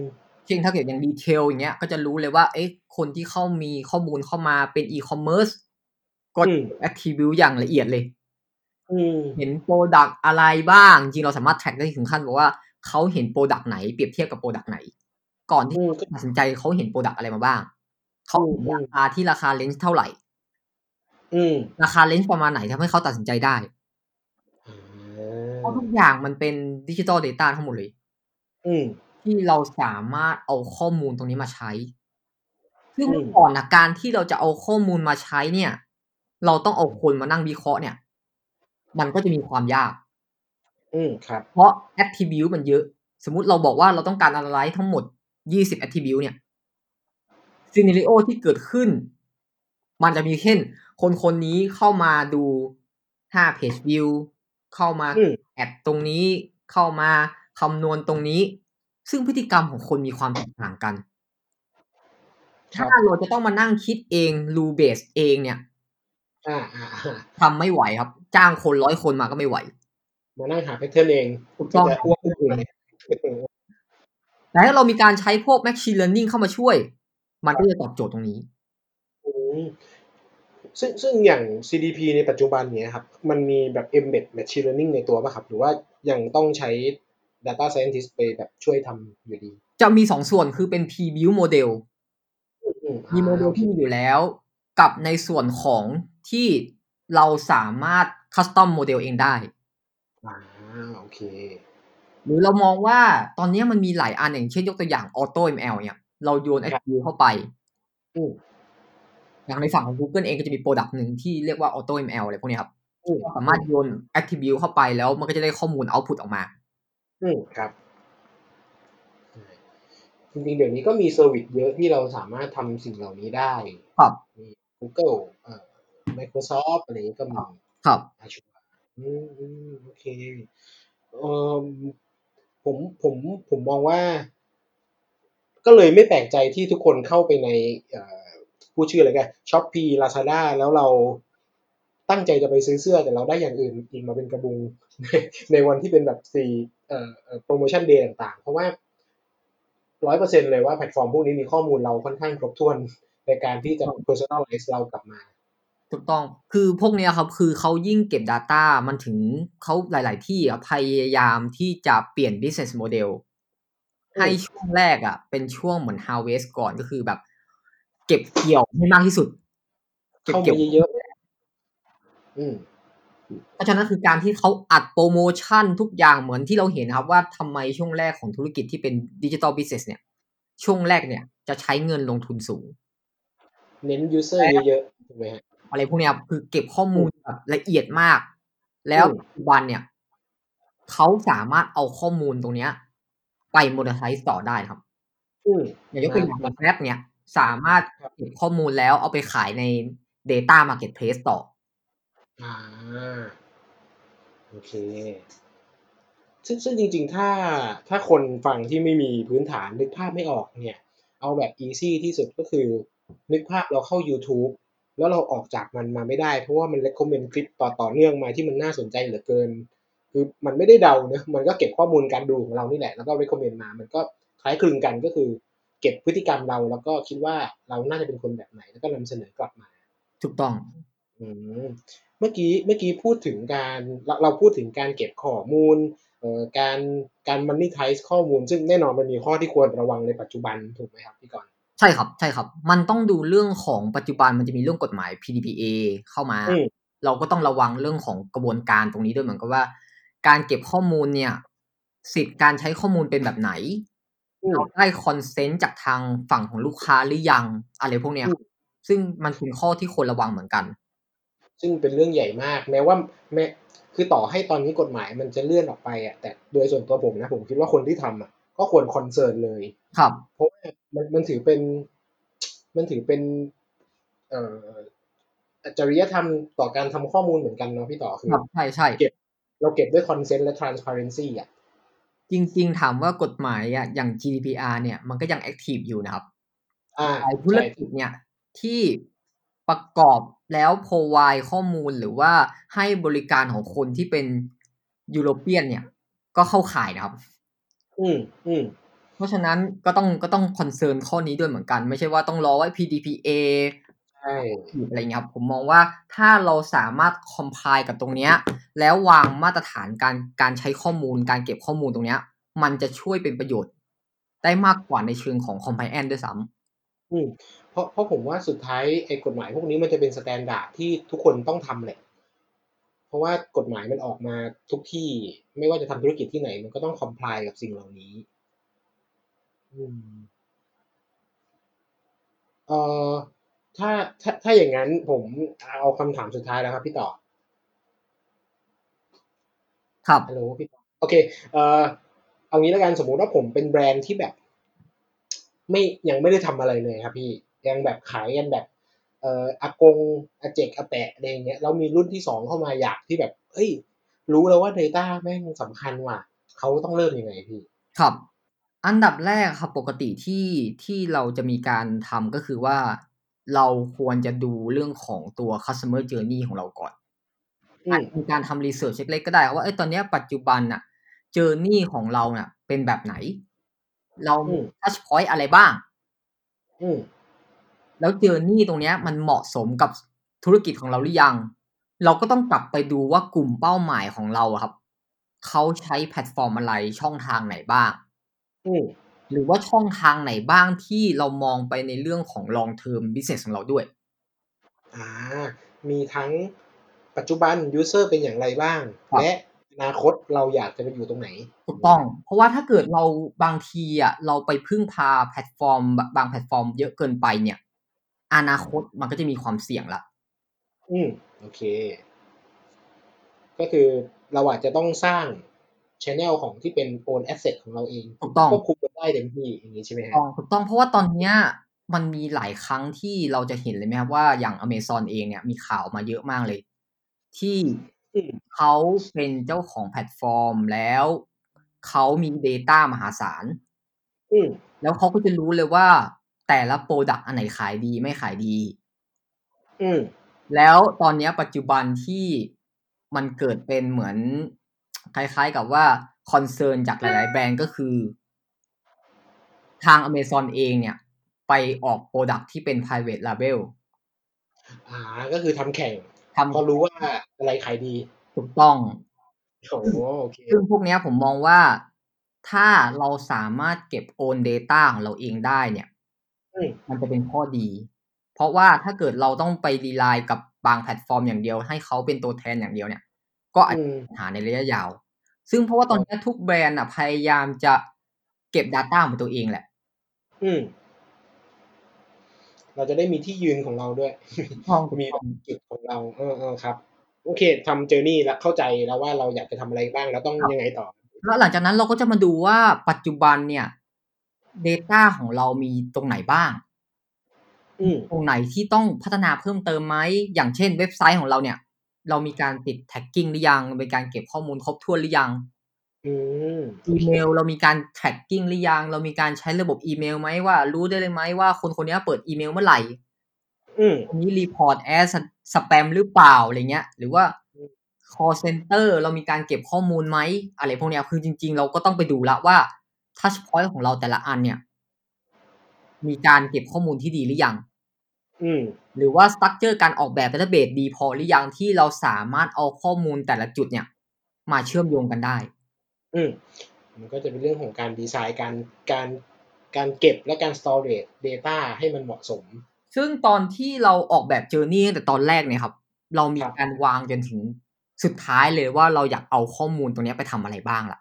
[SPEAKER 4] เช่นถ้าเกิดอย่างดีเทลอย่างเงี้ยก็จะรู้เลยว่า เอ๊ะคนที่เข้ามีข้อมูลเข้ามาเป็นอีคอมเมิร์ซก็
[SPEAKER 3] อืม
[SPEAKER 4] แอทริบิวอย่างละเอียดเลย
[SPEAKER 3] อืม
[SPEAKER 4] เห็นโปรดักอะไรบ้าง จริงๆเราสามารถแท็กได้ถึงขั้นบอกว่าเขาเห็นโปรดักไหนเปรียบเทียบกับโปรดักไหน ก่อนที่
[SPEAKER 3] อืมก็
[SPEAKER 4] ตัดสินใจเขาเห็นโปรดักอะไรมาบ้างเขาเห็น
[SPEAKER 3] อืม
[SPEAKER 4] ราคาที่ราคาเลนส์เท่าไหร่
[SPEAKER 3] อืม
[SPEAKER 4] ราคาเลนส์ประมาณไหนทำให้เขาตัดสินใจได้
[SPEAKER 3] อ่
[SPEAKER 4] เพราะ
[SPEAKER 3] า
[SPEAKER 4] ทุกอย่างมันเป็นดิจิตอลเดต้าทั้งหมดเลย
[SPEAKER 3] อืม
[SPEAKER 4] ที่เราสามารถเอาข้อมูลตรงนี้มาใช้ ซึ่ง
[SPEAKER 3] อืม
[SPEAKER 4] ก่อนนะการที่เราจะเอาข้อมูลมาใช้เนี่ย เราต้องเอาคนมานั่งวิเคราะห์เนี่ย มันก็จะมีความยาก
[SPEAKER 3] อืมครับ
[SPEAKER 4] เพราะ attribute มันเยอะ สมมติเราบอกว่าเราต้องการ analyze ทั้งหมด 20 attribute เนี่ย scenario ที่เกิดขึ้น มันจะมีเช่น คนคนนี้เข้ามาดู ห้าเพจวิวเข้ามา
[SPEAKER 3] อืม
[SPEAKER 4] แอดตรงนี้เข้ามาคำนวณตรงนี้ ซึ่งพฤติกรรมของคนมีความแตกต่างกัน
[SPEAKER 3] ครับ
[SPEAKER 4] ถ้าเราจะต้องมานั่งคิดเองรูเบสเองเนี่ย
[SPEAKER 3] อ่าอ่าอ่า
[SPEAKER 4] ทำไม่ไหวครับ จ้างคนร้อยคนมาก็ไม่ไหว
[SPEAKER 3] มานั่งหาแพทเทิร์นเอง
[SPEAKER 4] ถูกต้อง
[SPEAKER 3] จะอ้วกขึ้นเลย
[SPEAKER 4] แต่ถ้าเรามีการใช้พวก machine learning เข้ามาช่วย มันก็จะตอบโจทย์ตรงนี้
[SPEAKER 3] อืมซึ่งซึ่งอย่าง CDP ในปัจจุบันเนี้ยครับ มันมีแบบ embed machine learning ในตัวป่ะครับ หรือว่ายังต้องใช้ data scientist ไปแบบช่วยทำอยู่ดี
[SPEAKER 4] จะมีสองส่วนคือเป็น pre-built model
[SPEAKER 3] อือ่า
[SPEAKER 4] มีโมเดลที่มีอยู่แล้ว กับในส่วนของที่เราสามารถคัสตอมโมเดลเองได้
[SPEAKER 3] อ่าโอเค
[SPEAKER 4] หรือเรามองว่าตอนนี้มันมีหลายอันอย่างเช่นยกตัวอย่าง Auto ML เนี่ย เราโยน attribute เข้าไป
[SPEAKER 3] อืม
[SPEAKER 4] อย่างในฝั่งของ Google เองก็จะมีโปรดักต์หนึ่งที่เรียกว่า Auto ML อะไรพวกเนี้ยครับ
[SPEAKER 3] อืม
[SPEAKER 4] เราสามารถโยน attribute เข้าไปแล้วมันก็จะได้ข้อมูล output ออกมา
[SPEAKER 3] อืมครับใช่จริงๆเดี๋ยวนี้ก็มีเซอร์วิสเยอะที่เราสามารถทำสิ่งเหล่านี้ได้
[SPEAKER 4] ครับ
[SPEAKER 3] Google เอ่อ Microsoft อะไรนี้ก็มี
[SPEAKER 4] ครับ
[SPEAKER 3] อาชัวร์อืมอืมโอเคเออผมผมผมมองว่า ก็เลยไม่แปลกใจที่ทุกคนเข้าไปในเอ่อผู้ชื่ออะไรกันช้อปปี้ลาซาด้าแล้วเราตั้งใจจะไปซื้อเสื้อ แต่เราได้อย่างอื่นอีกมาเป็นกระบุง ในในวันที่เป็นแบบสี่เอ่อโปรโมชั่นเดย์ต่างๆ เพราะว่าร้อยเปอร์เซ็นเลยว่าแพลตฟอร์มพวกนี้มีข้อมูลเราค่อนข้างครบถ้วนในการที่จะ personalize เรากลับมา
[SPEAKER 4] ถูกต้อง คือพวกเนี้ยครับ คือเขายิ่งเก็บ Data มันถึงเขาหลาย ๆ ที่อะพยายามที่จะเปลี่ยน business model ให้ช่วงแรกอ่ะ เป็นช่วงเหมือน harvest ก่อนก็คือแบบ เก็บเกี่ยวให้มากที่สุด เก็บ
[SPEAKER 3] เข้า
[SPEAKER 4] เกี่ย
[SPEAKER 3] มาว เยอะๆอืม
[SPEAKER 4] เพราะฉะนั้นคือการที่เขาอัดโปรโมชั่นทุกอย่างเหมือนที่เราเห็นนะครับว่าทำไมช่วงแรกของธุรกิจที่เป็นดิจิตอลบิสเนสเนี่ย ช่วงแรกเนี่ยจะใช้เงินลงทุนสูง
[SPEAKER 3] เน้นยูเซอร์เยอะๆถูกไหมฮะ
[SPEAKER 4] อะไรพวกเนี้ยคือเก็บข้อมูลแบบละเอียดมาก แล้ว
[SPEAKER 3] อืม
[SPEAKER 4] ปัจจุบันเนี่ยเขาสามารถเอาข้อมูลตรงเนี้ย ไปโมเดลไซส์ต่อได้ครับ
[SPEAKER 3] อืม
[SPEAKER 4] อย่างยกตัวอย่างแบบแรปเนี่ยสามารถ
[SPEAKER 3] ครับ
[SPEAKER 4] เก็บข้อมูลแล้วเอาไปขายใน Data Marketplace ต่อ
[SPEAKER 3] อ่า โอเค ซึ่งซึ่งจริง ๆ ถ้าถ้าคนฟังที่ไม่มีพื้นฐานนึกภาพไม่ออกเนี่ย เอาแบบอีซี่ที่สุดก็คือ นึกภาพเราเข้า YouTube แล้วเราออกจากมันมาไม่ได้ เพราะว่ามันเลคคอมเมนต์คลิปต่อต่อเนื่องมาที่มันน่าสนใจเหลือเกิน คือมันไม่ได้เดาเนะ มันก็เก็บข้อมูลการดูของเรานี่แหละ แล้วก็เลคคอมเมนต์มา มันก็คล้ายคลึงกันก็คือ เก็บพฤติกรรมเราแล้วก็คิดว่าเราน่าจะเป็นคนแบบไหน แล้วก็นำเสนอกลับมา
[SPEAKER 4] ถูกต้อง
[SPEAKER 3] อืมเมื่อกี้เมื่อกี้พูดถึงการเราเราพูดถึงการเก็บข้อมูลเอ่อการการมันนี่ไทส์ข้อมูล ซึ่งแน่นอนมันมีข้อที่ควรระวังในปัจจุบันถูกไหมครับพี่กรณ์
[SPEAKER 4] ใช่ครับ ใช่ครับ มันต้องดูเรื่องของปัจจุบันมันจะมีเรื่องกฎหมาย PDPA เข้ามา
[SPEAKER 3] อืม
[SPEAKER 4] เราก็ต้องระวังเรื่องของกระบวนการตรงนี้ด้วยเหมือนกับว่า การเก็บข้อมูลเนี่ย สิทธิ์การใช้ข้อมูลเป็นแบบไหน
[SPEAKER 3] อืม
[SPEAKER 4] เราได้คอนเซนต์จากทางฝั่งของลูกค้าหรือยังอะไรพวกเนี้ย
[SPEAKER 3] อืม
[SPEAKER 4] ซึ่งมันเป็นข้อที่ควรระวังเหมือนกัน
[SPEAKER 3] ซึ่งเป็นเรื่องใหญ่มาก แม้ว่าแม้คือต่อให้ตอนนี้กฎหมายมันจะเลื่อนออกไปอ่ะแต่โดยส่วนตัวผมนะผมคิดว่าคนที่ทำอ่ะก็ควรคอนเซิร์นเลย
[SPEAKER 4] ครับ
[SPEAKER 3] เพราะว่ามันมันถือเป็น มันถือเป็น เอ่อจริยธรรมต่อการทำข้อมูลเหมือนกันเนาะพี่ต่อคือ
[SPEAKER 4] ครับใช่ใช่
[SPEAKER 3] เก็บ เราเก็บด้วยคอนเซนต์และ transparency อ่ะ
[SPEAKER 4] จริง ๆ ถามว่ากฎหมายอะอย่าง GDPR เนี่ยมันก็ยังแอคทีฟอยู่นะครับ
[SPEAKER 3] อ่า
[SPEAKER 4] หลายธุรกิจเนี่ยที่ประกอบแล้วพร i d e ข้อมูลหรือว่าให้บริการของคนที่เป็นยูโรเปียนเนี่ย ก็เข้าข่ายนะครับ
[SPEAKER 3] อืมอืม
[SPEAKER 4] เพราะฉะนั้นก็ต้องก็ต้องคอนเซิร์นข้อนี้ด้วยเหมือนกัน ไม่ใช่ว่าต้องรอว่า PDPA
[SPEAKER 3] ใช่
[SPEAKER 4] ถูกอะไรเงี้ยครับผมมองว่าถ้าเราสามารถคอม p พ l e กับตรงเนี้ย แล้ววางมาตรฐานการการใช้ข้อมูล การเก็บข้อมูลตรงเนี้ย มันจะช่วยเป็นประโยชน์ ได้มากกว่าในเชิงของ compliance ด้วยซ้
[SPEAKER 3] อืมเพราะเพราะผมว่าสุดท้ายไอ้กฎหมายพวกนี้มันจะเป็นสแตนดาร์ดที่ทุกคนต้องทำแหละ เพราะว่ากฎหมายมันออกมาทุกที่ ไม่ว่าจะทำธุรกิจที่ไหน มันก็ต้องคอมพลายกับสิ่งเหล่านี้ อืม เอ่อถ้าถ้าถ้าอย่างนั้นผมเอาคำถามสุดท้ายแล้วครับพี่ต่อ
[SPEAKER 4] ำครับ
[SPEAKER 3] ฮัลโหลพี่ป๊อปโอเค เอ่อ เอางี้แล้วกันสมมุติว่าผมเป็นแบรนด์ที่แบบ ไม่ยังไม่ได้ทำอะไรเลยครับพี่ยังแบบขายกันแบบ เอ่ออากงอาเจกอาแปะอะไรอย่างเงี้ยเรามีรุ่นที่สองเข้ามาอยากที่แบบ เอ้ย รู้แล้วว่า Data แม่งสำคัญว่ะเขาต้องเริ่มยังไงพี่
[SPEAKER 4] ครับ อันดับแรกครับปกติที่ที่เราจะมีการทำก็คือว่า เราควรจะดูเรื่องของตัว customer journey ของเราก่อน
[SPEAKER 3] อืม
[SPEAKER 4] อาจจะมีการทำ research เล็กๆก็ได้ครับว่าเอ้ยตอนเนี้ยปัจจุบันน่ะ journey ของเราน่ะ เป็นแบบไหน เรามี touch point อะไรบ้าง
[SPEAKER 3] อืม
[SPEAKER 4] แล้วเจอร์นี่ตรงเนี้ยมันเหมาะสมกับธุรกิจของเราหรือยัง เราก็ต้องกลับไปดูว่ากลุ่มเป้าหมายของเราอะครับ เขาใช้แพลตฟอร์มอะไรช่องทางไหนบ้าง
[SPEAKER 3] อืม
[SPEAKER 4] หรือว่าช่องทางไหนบ้างที่เรามองไปในเรื่องของ long term business ของเราด้วย
[SPEAKER 3] อ่า มีทั้งปัจจุบัน user เป็นอย่างไรบ้าง
[SPEAKER 4] ครับ
[SPEAKER 3] และอนาคตเราอยากจะไปอยู่ตรงไหน
[SPEAKER 4] ถูกต้อง เพราะว่าถ้าเกิดเราบางทีอ่ะเราไปพึ่งพาแพลตฟอร์ม บางแพลตฟอร์มเยอะเกินไปเนี่ย อนาคตมันก็จะมีความเสี่ยงละ
[SPEAKER 3] อืม โอเค ก็คือเราอาจจะต้องสร้าง channel ของที่เป็น own asset ของเราเอง
[SPEAKER 4] ถูกต้อง
[SPEAKER 3] ควบคุมมันได้เต็มที่อย่างนี้ใช่ไหมฮะ
[SPEAKER 4] ถูกต้องถูกต้องเพราะว่าตอนเนี้ยมันมีหลายครั้งที่เราจะเห็นเลยไหมครับว่าอย่างอเมซอนเองเนี่ยมีข่าวมาเยอะมากเลย ที่
[SPEAKER 3] อืม
[SPEAKER 4] เขาเป็นเจ้าของแพลตฟอร์มแล้วเขามี Data มหาศาล
[SPEAKER 3] อืม
[SPEAKER 4] แล้วเขาก็จะรู้เลยว่าแต่ละโปรดักต์อันไหนขายดีไม่ขายดี
[SPEAKER 3] อืม
[SPEAKER 4] แล้วตอนเนี้ยปัจจุบันที่มันเกิดเป็นเหมือน คล้ายๆกับว่าคอนเซิร์นจากหลาย ๆ แบรนด์ก็คือ ทาง Amazon เองเนี่ย ไปออกโปรดักที่เป็น private label
[SPEAKER 3] อ่า ก็คือทำแข่ง
[SPEAKER 4] ท
[SPEAKER 3] เพอรู้ว่าอะไรขายดี
[SPEAKER 4] ำถูกต้อง
[SPEAKER 3] โอ้โอเค
[SPEAKER 4] ซึ่งพวกเนี้ยผมมองว่าถ้าเราสามารถเก็บ own data ของเราเองได้เนี่ย
[SPEAKER 3] อืม
[SPEAKER 4] มันจะเป็นข้อดี เพราะว่าถ้าเกิดเราต้องไปรีไลน์กับบางแพลตฟอร์มอย่างเดียว ให้เขาเป็นตัวแทนอย่างเดียวเนี่ย ก็อาจ
[SPEAKER 3] อื
[SPEAKER 4] จะ
[SPEAKER 3] ม
[SPEAKER 4] มีปัญหาในระยะยาว ซึ่งเพราะว่าตอนเนี้ยทุกแบรนด์อ่ะพยายามจะเก็บ Data ของตัวเองแหละ
[SPEAKER 3] อืม เราจะได้มีที่ยืนของเราด้วย มีแบบจุดของเรา เออเออครับ โอเคทำเจอร์นี่แล้วเข้าใจแล้วว่าเราอยากจะทำอะไรบ้างแล้วต้องยังไงต่อ
[SPEAKER 4] แล้วหลังจากนั้นเราก็จะมาดูว่าปัจจุบันเนี่ย Data ของเรามีตรงไหนบ้าง
[SPEAKER 3] อืม
[SPEAKER 4] ตรงไหนที่ต้องพัฒนาเพิ่มเติมไหม อย่างเช่นเว็บไซต์ของเราเนี่ย เรามีการติดแท็กกิ้งหรือยังมีการเก็บข้อมูลครบถ้วนหรือยัง
[SPEAKER 3] อืม
[SPEAKER 4] อีเมลเรามีการแท็กกิ้งหรือยัง เรามีการใช้ระบบอีเมลไหมว่ารู้ได้เลยไหมว่าคนคนนี้เปิดอีเมลเมื่อไหร่
[SPEAKER 3] อืม
[SPEAKER 4] คนนี้รีพอร์ตแอสสแปมหรือเปล่าอะไรเงี้ย หรือว่า call center เรามีการเก็บข้อมูลไหมอะไรพวกเนี้ยคือจริง ๆ เราก็ต้องไปดูละว่า touch point ของเราแต่ละอันเนี่ย มีการเก็บข้อมูลที่ดีหรือยัง
[SPEAKER 3] อืม
[SPEAKER 4] หรือว่าสตั๊กเจอร์การออกแบบดัตเตอร์เบสดีพอหรือยังที่เราสามารถเอาข้อมูลแต่ละจุดเนี่ย มาเชื่อมโยงกันได้
[SPEAKER 3] อืม มันก็จะเป็นเรื่องของการดีไซน์การการการเก็บและการ storage data ให้มันเหมาะสม
[SPEAKER 4] ซึ่งตอนที่เราออกแบบเจอร์นี่แต่ตอนแรกเนี่ยครับ เรามี
[SPEAKER 3] ครับ
[SPEAKER 4] การวางจนถึงสุดท้ายเลยว่าเราอยากเอาข้อมูลตรงเนี้ยไปทำอะไรบ้างล่ะ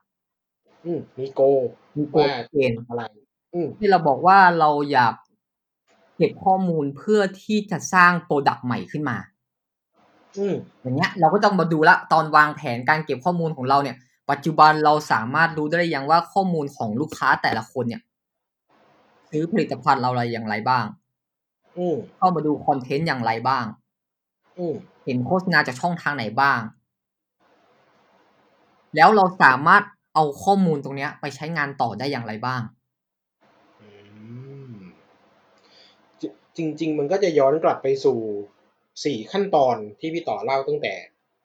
[SPEAKER 3] อืม มีโก
[SPEAKER 4] มีโก
[SPEAKER 3] ว่า
[SPEAKER 4] เกณฑ์
[SPEAKER 3] อะไร อืม
[SPEAKER 4] ที่เราบอกว่าเราอยากเก็บข้อมูลเพื่อที่จะสร้างโปรดักต์ใหม่ขึ้นมา
[SPEAKER 3] อืม
[SPEAKER 4] อย่างเงี้ยเราก็ต้องมาดูละตอนวางแผนการเก็บข้อมูลของเราเนี่ย ปัจจุบันเราสามารถรู้ได้หรือยังว่าข้อมูลของลูกค้าแต่ละคนเนี่ยซื้อผลิตภัณฑ์เราอะไรอย่างไรบ้าง
[SPEAKER 3] อืม
[SPEAKER 4] เข้ามาดูคอนเทนต์อย่างไรบ้าง
[SPEAKER 3] อืม
[SPEAKER 4] เห็นโฆษณาจากช่องทางไหนบ้าง แล้วเราสามารถเอาข้อมูลตรงเนี้ย ไปใช้งานต่อได้อย่างไรบ้าง
[SPEAKER 3] อืมจริงจริง ๆ มันก็จะย้อนกลับไปสู่สี่ขั้นตอนที่พี่ต่อเล่าตั้งแต่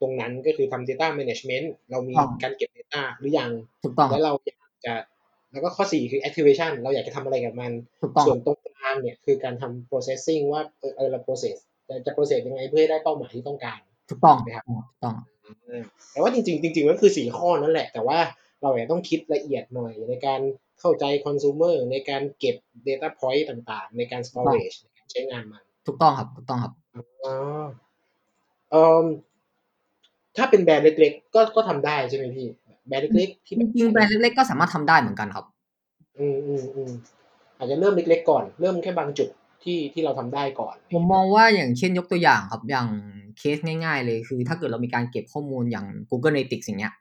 [SPEAKER 3] ตรงนั้นก็คือทำ Data Management เรามี
[SPEAKER 4] ครับ
[SPEAKER 3] การเก็บ Data หรือยัง
[SPEAKER 4] ถูกต้องค
[SPEAKER 3] แล้ว
[SPEAKER 4] รับ
[SPEAKER 3] เราอยากจะแล้วก็ข้อสี่คือ Activation เราอยากจะทำอะไรกับมัน
[SPEAKER 4] ถูกต้อง
[SPEAKER 3] ส่
[SPEAKER 4] คว รั
[SPEAKER 3] น
[SPEAKER 4] บ
[SPEAKER 3] ตรงกลางเนี่ยคือการทำ processing ว่าเออเออเรา process แต่จะ process ยังไงเพื่อให้ได้เป้าหมายที่ต้องการ
[SPEAKER 4] ถูกต้อง
[SPEAKER 3] นะครับ
[SPEAKER 4] ถูกต้อง
[SPEAKER 3] อ่าแต่ว่าจริงๆจริงๆก็คือสี่ข้อนั่นแหละ แต่ว่าเราอาจจะต้องคิดละเอียดหน่อยในการเข้าใจคอน sumer ในการเก็บ Data Point ต่างๆ ในการ storage ในการใช้งานมัน
[SPEAKER 4] ถูกต้องครับ ถูกต้องครับ
[SPEAKER 3] อ๋อเอิ่มถ้าเป็นแบรนด์เล็กๆ ก็ก็ทำได้ใช่ไหมพี่ แบรนด์เล็กๆ ที่
[SPEAKER 4] จริงๆแบรนด์เล็กๆก็สามารถทำได้เหมือนกันครับ
[SPEAKER 3] อืมอืมอืมอาจจะเริ่มเล็ก ๆ ก่อน เริ่มแค่บางจุดที่ที่เราทำได้ก่อน
[SPEAKER 4] ผมมองว่าอย่างเช่นยกตัวอย่างครับ อย่างเคสง่ายๆเลยคือ ถ้าเกิดเรามีการเก็บข้อมูลอย่าง Google Analytics อย่างเงี้ย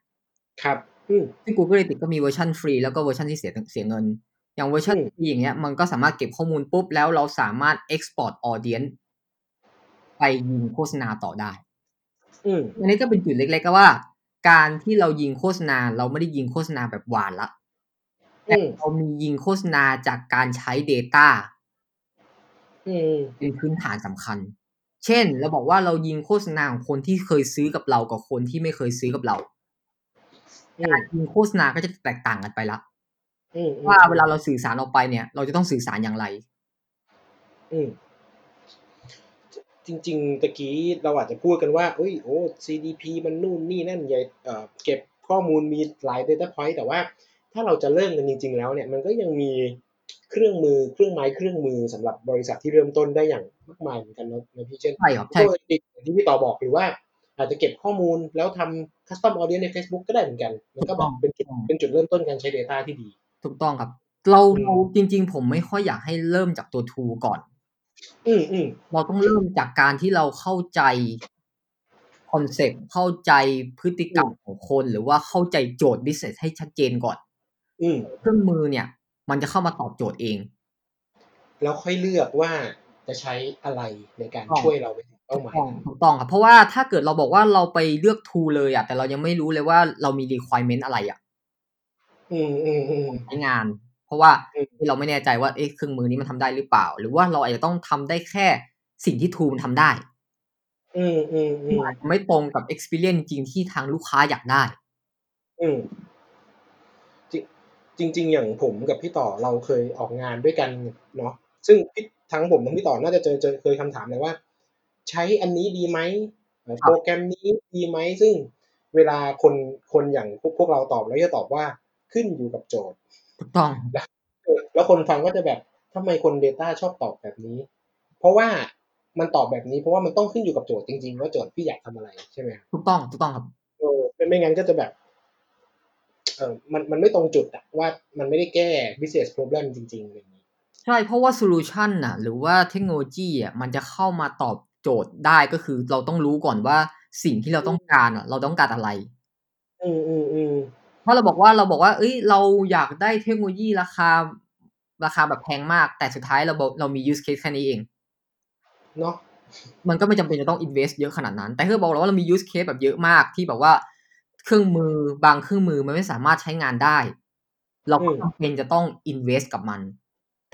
[SPEAKER 3] ครับ อืม
[SPEAKER 4] ซึ่ง Google Analytics ก็มีเวอร์ชันฟรีแล้วก็เวอร์ชันที่เสียเสียเงิน อย่างเวอร์ชัน
[SPEAKER 3] อืม
[SPEAKER 4] ฟรีอย่างเงี้ยมันก็สามารถเก็บข้อมูลปุ๊บ แล้วเราสามารถ export audience ไปยิงโฆษณาต่อได้
[SPEAKER 3] อืม
[SPEAKER 4] อันนี้ก็เป็นจุดเล็กๆก็ว่า การที่เรายิงโฆษณาเราไม่ได้ยิงโฆษณาแบบหวานละแต่
[SPEAKER 3] อืม
[SPEAKER 4] เรามียิงโฆษณาจากการใช้ Data
[SPEAKER 3] อืม
[SPEAKER 4] เป็นพื้นฐานสำคัญ เช่นเราบอกว่าเรายิงโฆษณาของคนที่เคยซื้อกับเรากับคนที่ไม่เคยซื้อกับเรา
[SPEAKER 3] อืม
[SPEAKER 4] การยิงโฆษณาก็จะแตกต่างกันไปละ
[SPEAKER 3] อืม
[SPEAKER 4] ว่าเวลาเราสื่อสารออกไปเนี่ย เราจะต้องสื่อสารอย่างไร
[SPEAKER 3] อืมจริง ๆตะกี้เราอาจจะพูดกันว่าอุ้ยโอ้ CDP มันนู่นนี่นั่นใหญ่เอ่อเก็บข้อมูลมีหลาย Data Point แต่ว่าถ้าเราจะเริ่มกันจริง ๆ แล้วเนี่ย มันก็ยังมีเครื่องมือเครื่องไม้เครื่องมือสำหรับบริษัทที่เริ่มต้นได้อย่างมากมายเหมือนกันเนอะนะพี่เช่น
[SPEAKER 4] ใช่ครับ
[SPEAKER 3] ใช่
[SPEAKER 4] ใช่
[SPEAKER 3] ติดอย่างที่พี่ต่อบอกหรือว่า อาจจะเก็บข้อมูลแล้วทำคัสตอมออเดียนใน Facebook ก็ได้เหมือนกัน มันก็แบบเป็นจุด
[SPEAKER 4] ถูกต้อง
[SPEAKER 3] เป็นจุดเริ่มต้นการใช้ Data ที่ดี
[SPEAKER 4] ถูกต้องครับ เรา
[SPEAKER 3] อืม
[SPEAKER 4] เราจริง ๆ ผมไม่ค่อยอยากให้เริ่มจากตัวทูก่อน
[SPEAKER 3] อืมอืม
[SPEAKER 4] เราต้องเริ่มจากการที่เราเข้าใจคอนเซ็ปต์เข้าใจพฤติกรรมของคนหรือว่าเข้าใจโจทย์บิสเนสให้ชัดเจนก่อน
[SPEAKER 3] อืม
[SPEAKER 4] เครื่องมือเนี่ย มันจะเข้ามาตอบโจทย์เอง
[SPEAKER 3] แล้วค่อยเลือกว่าจะใช้อะไรในการ
[SPEAKER 4] ถูกต้อง
[SPEAKER 3] ช่วยเราไปถึงเป้าหมายนั้น
[SPEAKER 4] ถูกต้องครับ เพราะว่าถ้าเกิดเราบอกว่าเราไปเลือกทูเลยอ่ะแต่เรายังไม่รู้เลยว่าเรามี requirement อะไรอ่ะ
[SPEAKER 3] อืมอืมอืม
[SPEAKER 4] ใช้งาน เพราะว่า
[SPEAKER 3] อืม
[SPEAKER 4] เราไม่แน่ใจว่าเอ๊ะเครื่องมือนี้มันทำได้หรือเปล่า หรือว่าเราอาจจะต้องทำได้แค่สิ่งที่ทูมันทำได้
[SPEAKER 3] อืมอืมอืม
[SPEAKER 4] ไม่ตรงกับ experience จริงๆที่ทางลูกค้าอยากได้
[SPEAKER 3] อืมจริงจริง ๆ อย่างผมกับพี่ต่อเราเคยออกงานด้วยกันเนาะซึ่งพี่ทั้งผมทั้งพี่ต่อน่าจะเจอเจอเคยคำถามเลยว่า ใช้อันนี้ดีไหมเอ่อ
[SPEAKER 4] ครับ
[SPEAKER 3] โปรแกรมนี้ดีไหมซึ่งเวลาคนคนอย่างพวกพวกเราตอบแล้วจะตอบว่าขึ้นอยู่กับโจทย์
[SPEAKER 4] ถูกต้อง
[SPEAKER 3] แล้วคนฟังก็จะแบบทำไมคน Data ชอบตอบแบบนี้ เพราะว่ามันตอบแบบนี้เพราะว่ามันต้องขึ้นอยู่กับโจทย์จริงๆว่าโจทย์พี่อยากทำอะไรใช่ไหมครับ
[SPEAKER 4] ถูกต้องถูกต้องครับ
[SPEAKER 3] เออไม่งั้นก็จะแบบเออมันมันไม่ตรงจุดอะว่ามันไม่ได้แก้ business problem จริงๆอะไรอย่างนี้
[SPEAKER 4] ใช่เพราะว่าโซลูชันน่ะหรือว่าเทคโนโลยีอ่ะมันจะเข้ามาตอบโจทย์ได้ก็คือเราต้องรู้ก่อนว่าสิ่งที่เราต้องการอ่ะ เราต้องการอะไร
[SPEAKER 3] อืมอืมอืม
[SPEAKER 4] ถ้าเราบอกว่าเราบอกว่า เอ้ยเราอยากได้เทคโนโลยีราคา ราคาแบบแพงมาก แต่สุดท้ายเราบอกเรามี use case แค่นี้เอง
[SPEAKER 3] เนาะ
[SPEAKER 4] มันก็ไม่จำเป็นจะต้อง invest เยอะขนาดนั้น แต่ถ้าบอกเราว่าเรามี use case แบบเยอะมากที่แบบว่าเครื่องมือบางเครื่องมือมันไม่สามารถใช้งานได้ เราก็จำเป็นจะต้อง invest กับมัน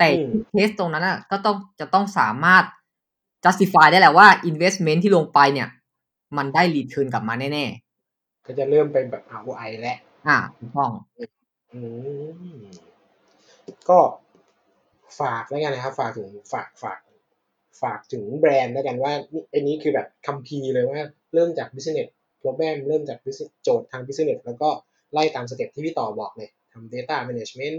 [SPEAKER 4] แต่ use case ตรงนั้นนะก็ต้องจะต้องสามารถ justify ได้แหละว่า investment ที่ลงไปเนี่ย มันได้ return กลับมาแน่
[SPEAKER 3] ก็จะเริ่มเป็นแบบ ROI แล้ว
[SPEAKER 4] ๆอ่าถูกต้อง
[SPEAKER 3] อืมก็ฝากแล้วกันนะครับ ฝากถึงฝากฝาก ฝากถึงแบรนด์แล้วกันว่านี่อันนี้คือแบบคัมภีร์เลยว่าเริ่มจาก business problem เริ่มจาก business โจทย์ทาง business แล้วก็ไล่ตามสเต็ปที่พี่ต่อบอกเลยทำ data management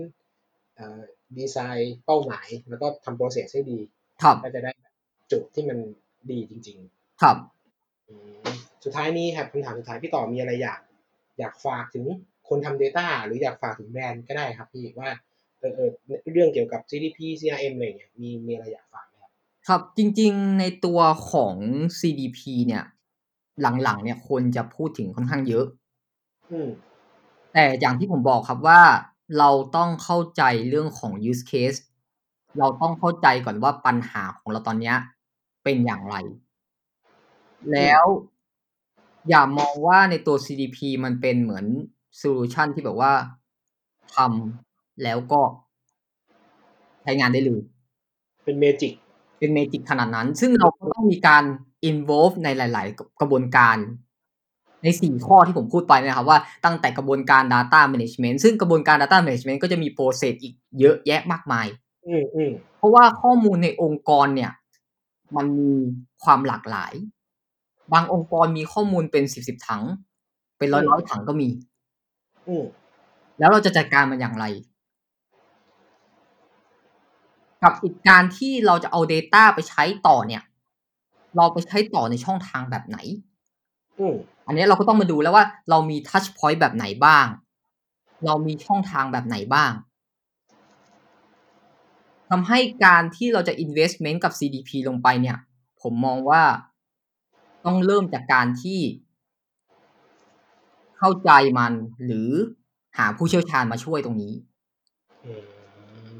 [SPEAKER 3] เอ่อดีไซน์เป้าหมาย แล้วก็ทำ process ให้ดี
[SPEAKER 4] ครับ
[SPEAKER 3] ก็จะได้จุดที่มันดีจริง ๆ
[SPEAKER 4] ครับ
[SPEAKER 3] อืมสุดท้ายนี้ครับคำถามสุดท้ายพี่ต่อมีอะไรอยาก อยากฝากถึงคนทำ Data หรืออยากฝากถึงแบรนด์ก็ได้ครับพี่ว่าเออเออเรื่องเกี่ยวกับ GDP CRM อะไรเนี่ยมีมีอะไรอยากฝากไหมครับ
[SPEAKER 4] ครับจริงๆในตัวของ CDP เนี่ย หลังๆ เนี่ยคนจะพูดถึงค่อนข้างเยอะ
[SPEAKER 3] อืม
[SPEAKER 4] แต่อย่างที่ผมบอกครับว่าเราต้องเข้าใจเรื่องของ use case เราต้องเข้าใจก่อนว่าปัญหาของเราตอนเนี้ยเป็นอย่างไร แล้วอย่ามองว่าในตัว CDP มันเป็นเหมือน solution ที่แบบว่าทำแล้วก็ใช้งานได้เลย
[SPEAKER 3] เป็นเมจิก
[SPEAKER 4] เป็นเมจิกขนาดนั้น ซึ่งเราก็ต้องมีการ involve ในหลาย ๆ กระบวนการ ใน 4 ข้อที่ผมพูดไปนะครับว่าตั้งแต่กระบวนการ data management ซึ่งกระบวนการ data management ก็จะมี process อีกเยอะแยะมากมาย
[SPEAKER 3] อืมอืม
[SPEAKER 4] เพราะว่าข้อมูลในองค์กรเนี่ย มันมีความหลากหลาย บางองค์กรมีข้อมูลเป็น 10 10 ถัง เป็นร้อยร้อยๆถังก็มี
[SPEAKER 3] อืม
[SPEAKER 4] แล้วเราจะจัดการมันอย่างไร กับอีกการที่เราจะเอา Data ไปใช้ต่อเนี่ย เราไปใช้ต่อในช่องทางแบบไหน
[SPEAKER 3] อืม
[SPEAKER 4] อันนี้เราก็ต้องมาดูแล้วว่าเรามี Touch Point แบบไหนบ้าง เรามีช่องทางแบบไหนบ้างทำให้การที่เราจะ Investment กับ CDP ลงไปเนี่ย ผมมองว่าต้องเริ่มจากการที่ เข้าใจมันหรือหาผู้เชี่ยวชาญมาช่วยตรงนี้
[SPEAKER 3] อืม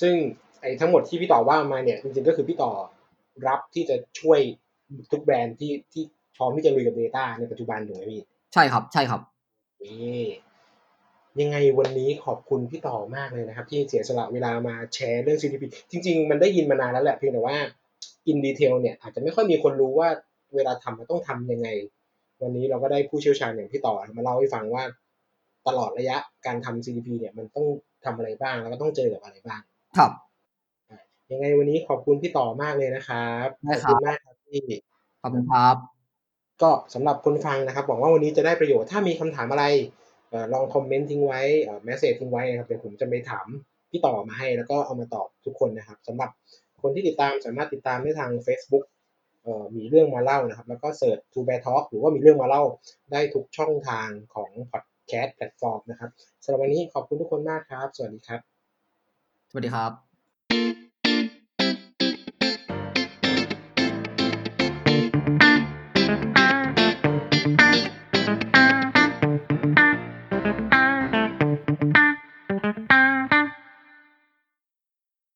[SPEAKER 3] ซึ่งไอ้ทั้งหมดที่พี่ต่อว่ามาเนี่ยจริงๆก็คือพี่ต่อ รับที่จะช่วยทุกแบรนด์ที่ที่พร้อมที่จะลุยกับ Data ในปัจจุบันถูกไหมพี่
[SPEAKER 4] ใช่ครับ ใช่ครับ
[SPEAKER 3] นี่ยังไงวันนี้ขอบคุณพี่ต่อมากเลยนะครับ ที่เสียสละเวลามาแชร์เรื่อง CDP จริง ๆ มันได้ยินมานานแล้วแหละเพียงแต่ว่าอินดีเทลเนี่ยอาจจะไม่ค่อยมีคนรู้ว่าเวลาทำมันต้องทำยังไง วันนี้เราก็ได้ผู้เชี่ยวชาญอย่างพี่ต่อมาเล่าให้ฟังว่า ตลอดระยะการทำ CDP เนี่ยมันต้องทำอะไรบ้างแล้วก็ต้องเจอกับอะไรบ้าง
[SPEAKER 4] ครับ
[SPEAKER 3] ยังไงวันนี้ขอบคุณพี่ต่อมากเลยนะครับ
[SPEAKER 4] ได้
[SPEAKER 3] ขอบ
[SPEAKER 4] ครับ
[SPEAKER 3] คุณมากครับพี่
[SPEAKER 4] ขอบคุณครับ
[SPEAKER 3] ก็สำหรับคนฟังนะครับหวังว่าวันนี้จะได้ประโยชน์ถ้ามีคำถามอะไรเอ่อลองคอมเมนต์ทิ้งไว้เมสเซจทิ้งไว้นะครับเดี๋ยวผมจะไปถามพี่ต่อมาให้ แล้วก็เอามาตอบทุกคนนะครับสำหรับคนที่ติดตามสามารถติดตามได้ทาง Facebook เอ่อมีเรื่องมาเล่านะครับ แล้วก็เสิร์ช To Bear Talk หรือว่ามีเรื่องมาเล่าได้ทุกช่องทางของพอดแคสต์แพลตฟอร์มนะครับสำหรับวันนี้ขอบคุณทุกคนมากครับ สวัสดีครับ
[SPEAKER 4] สวัสดีครับ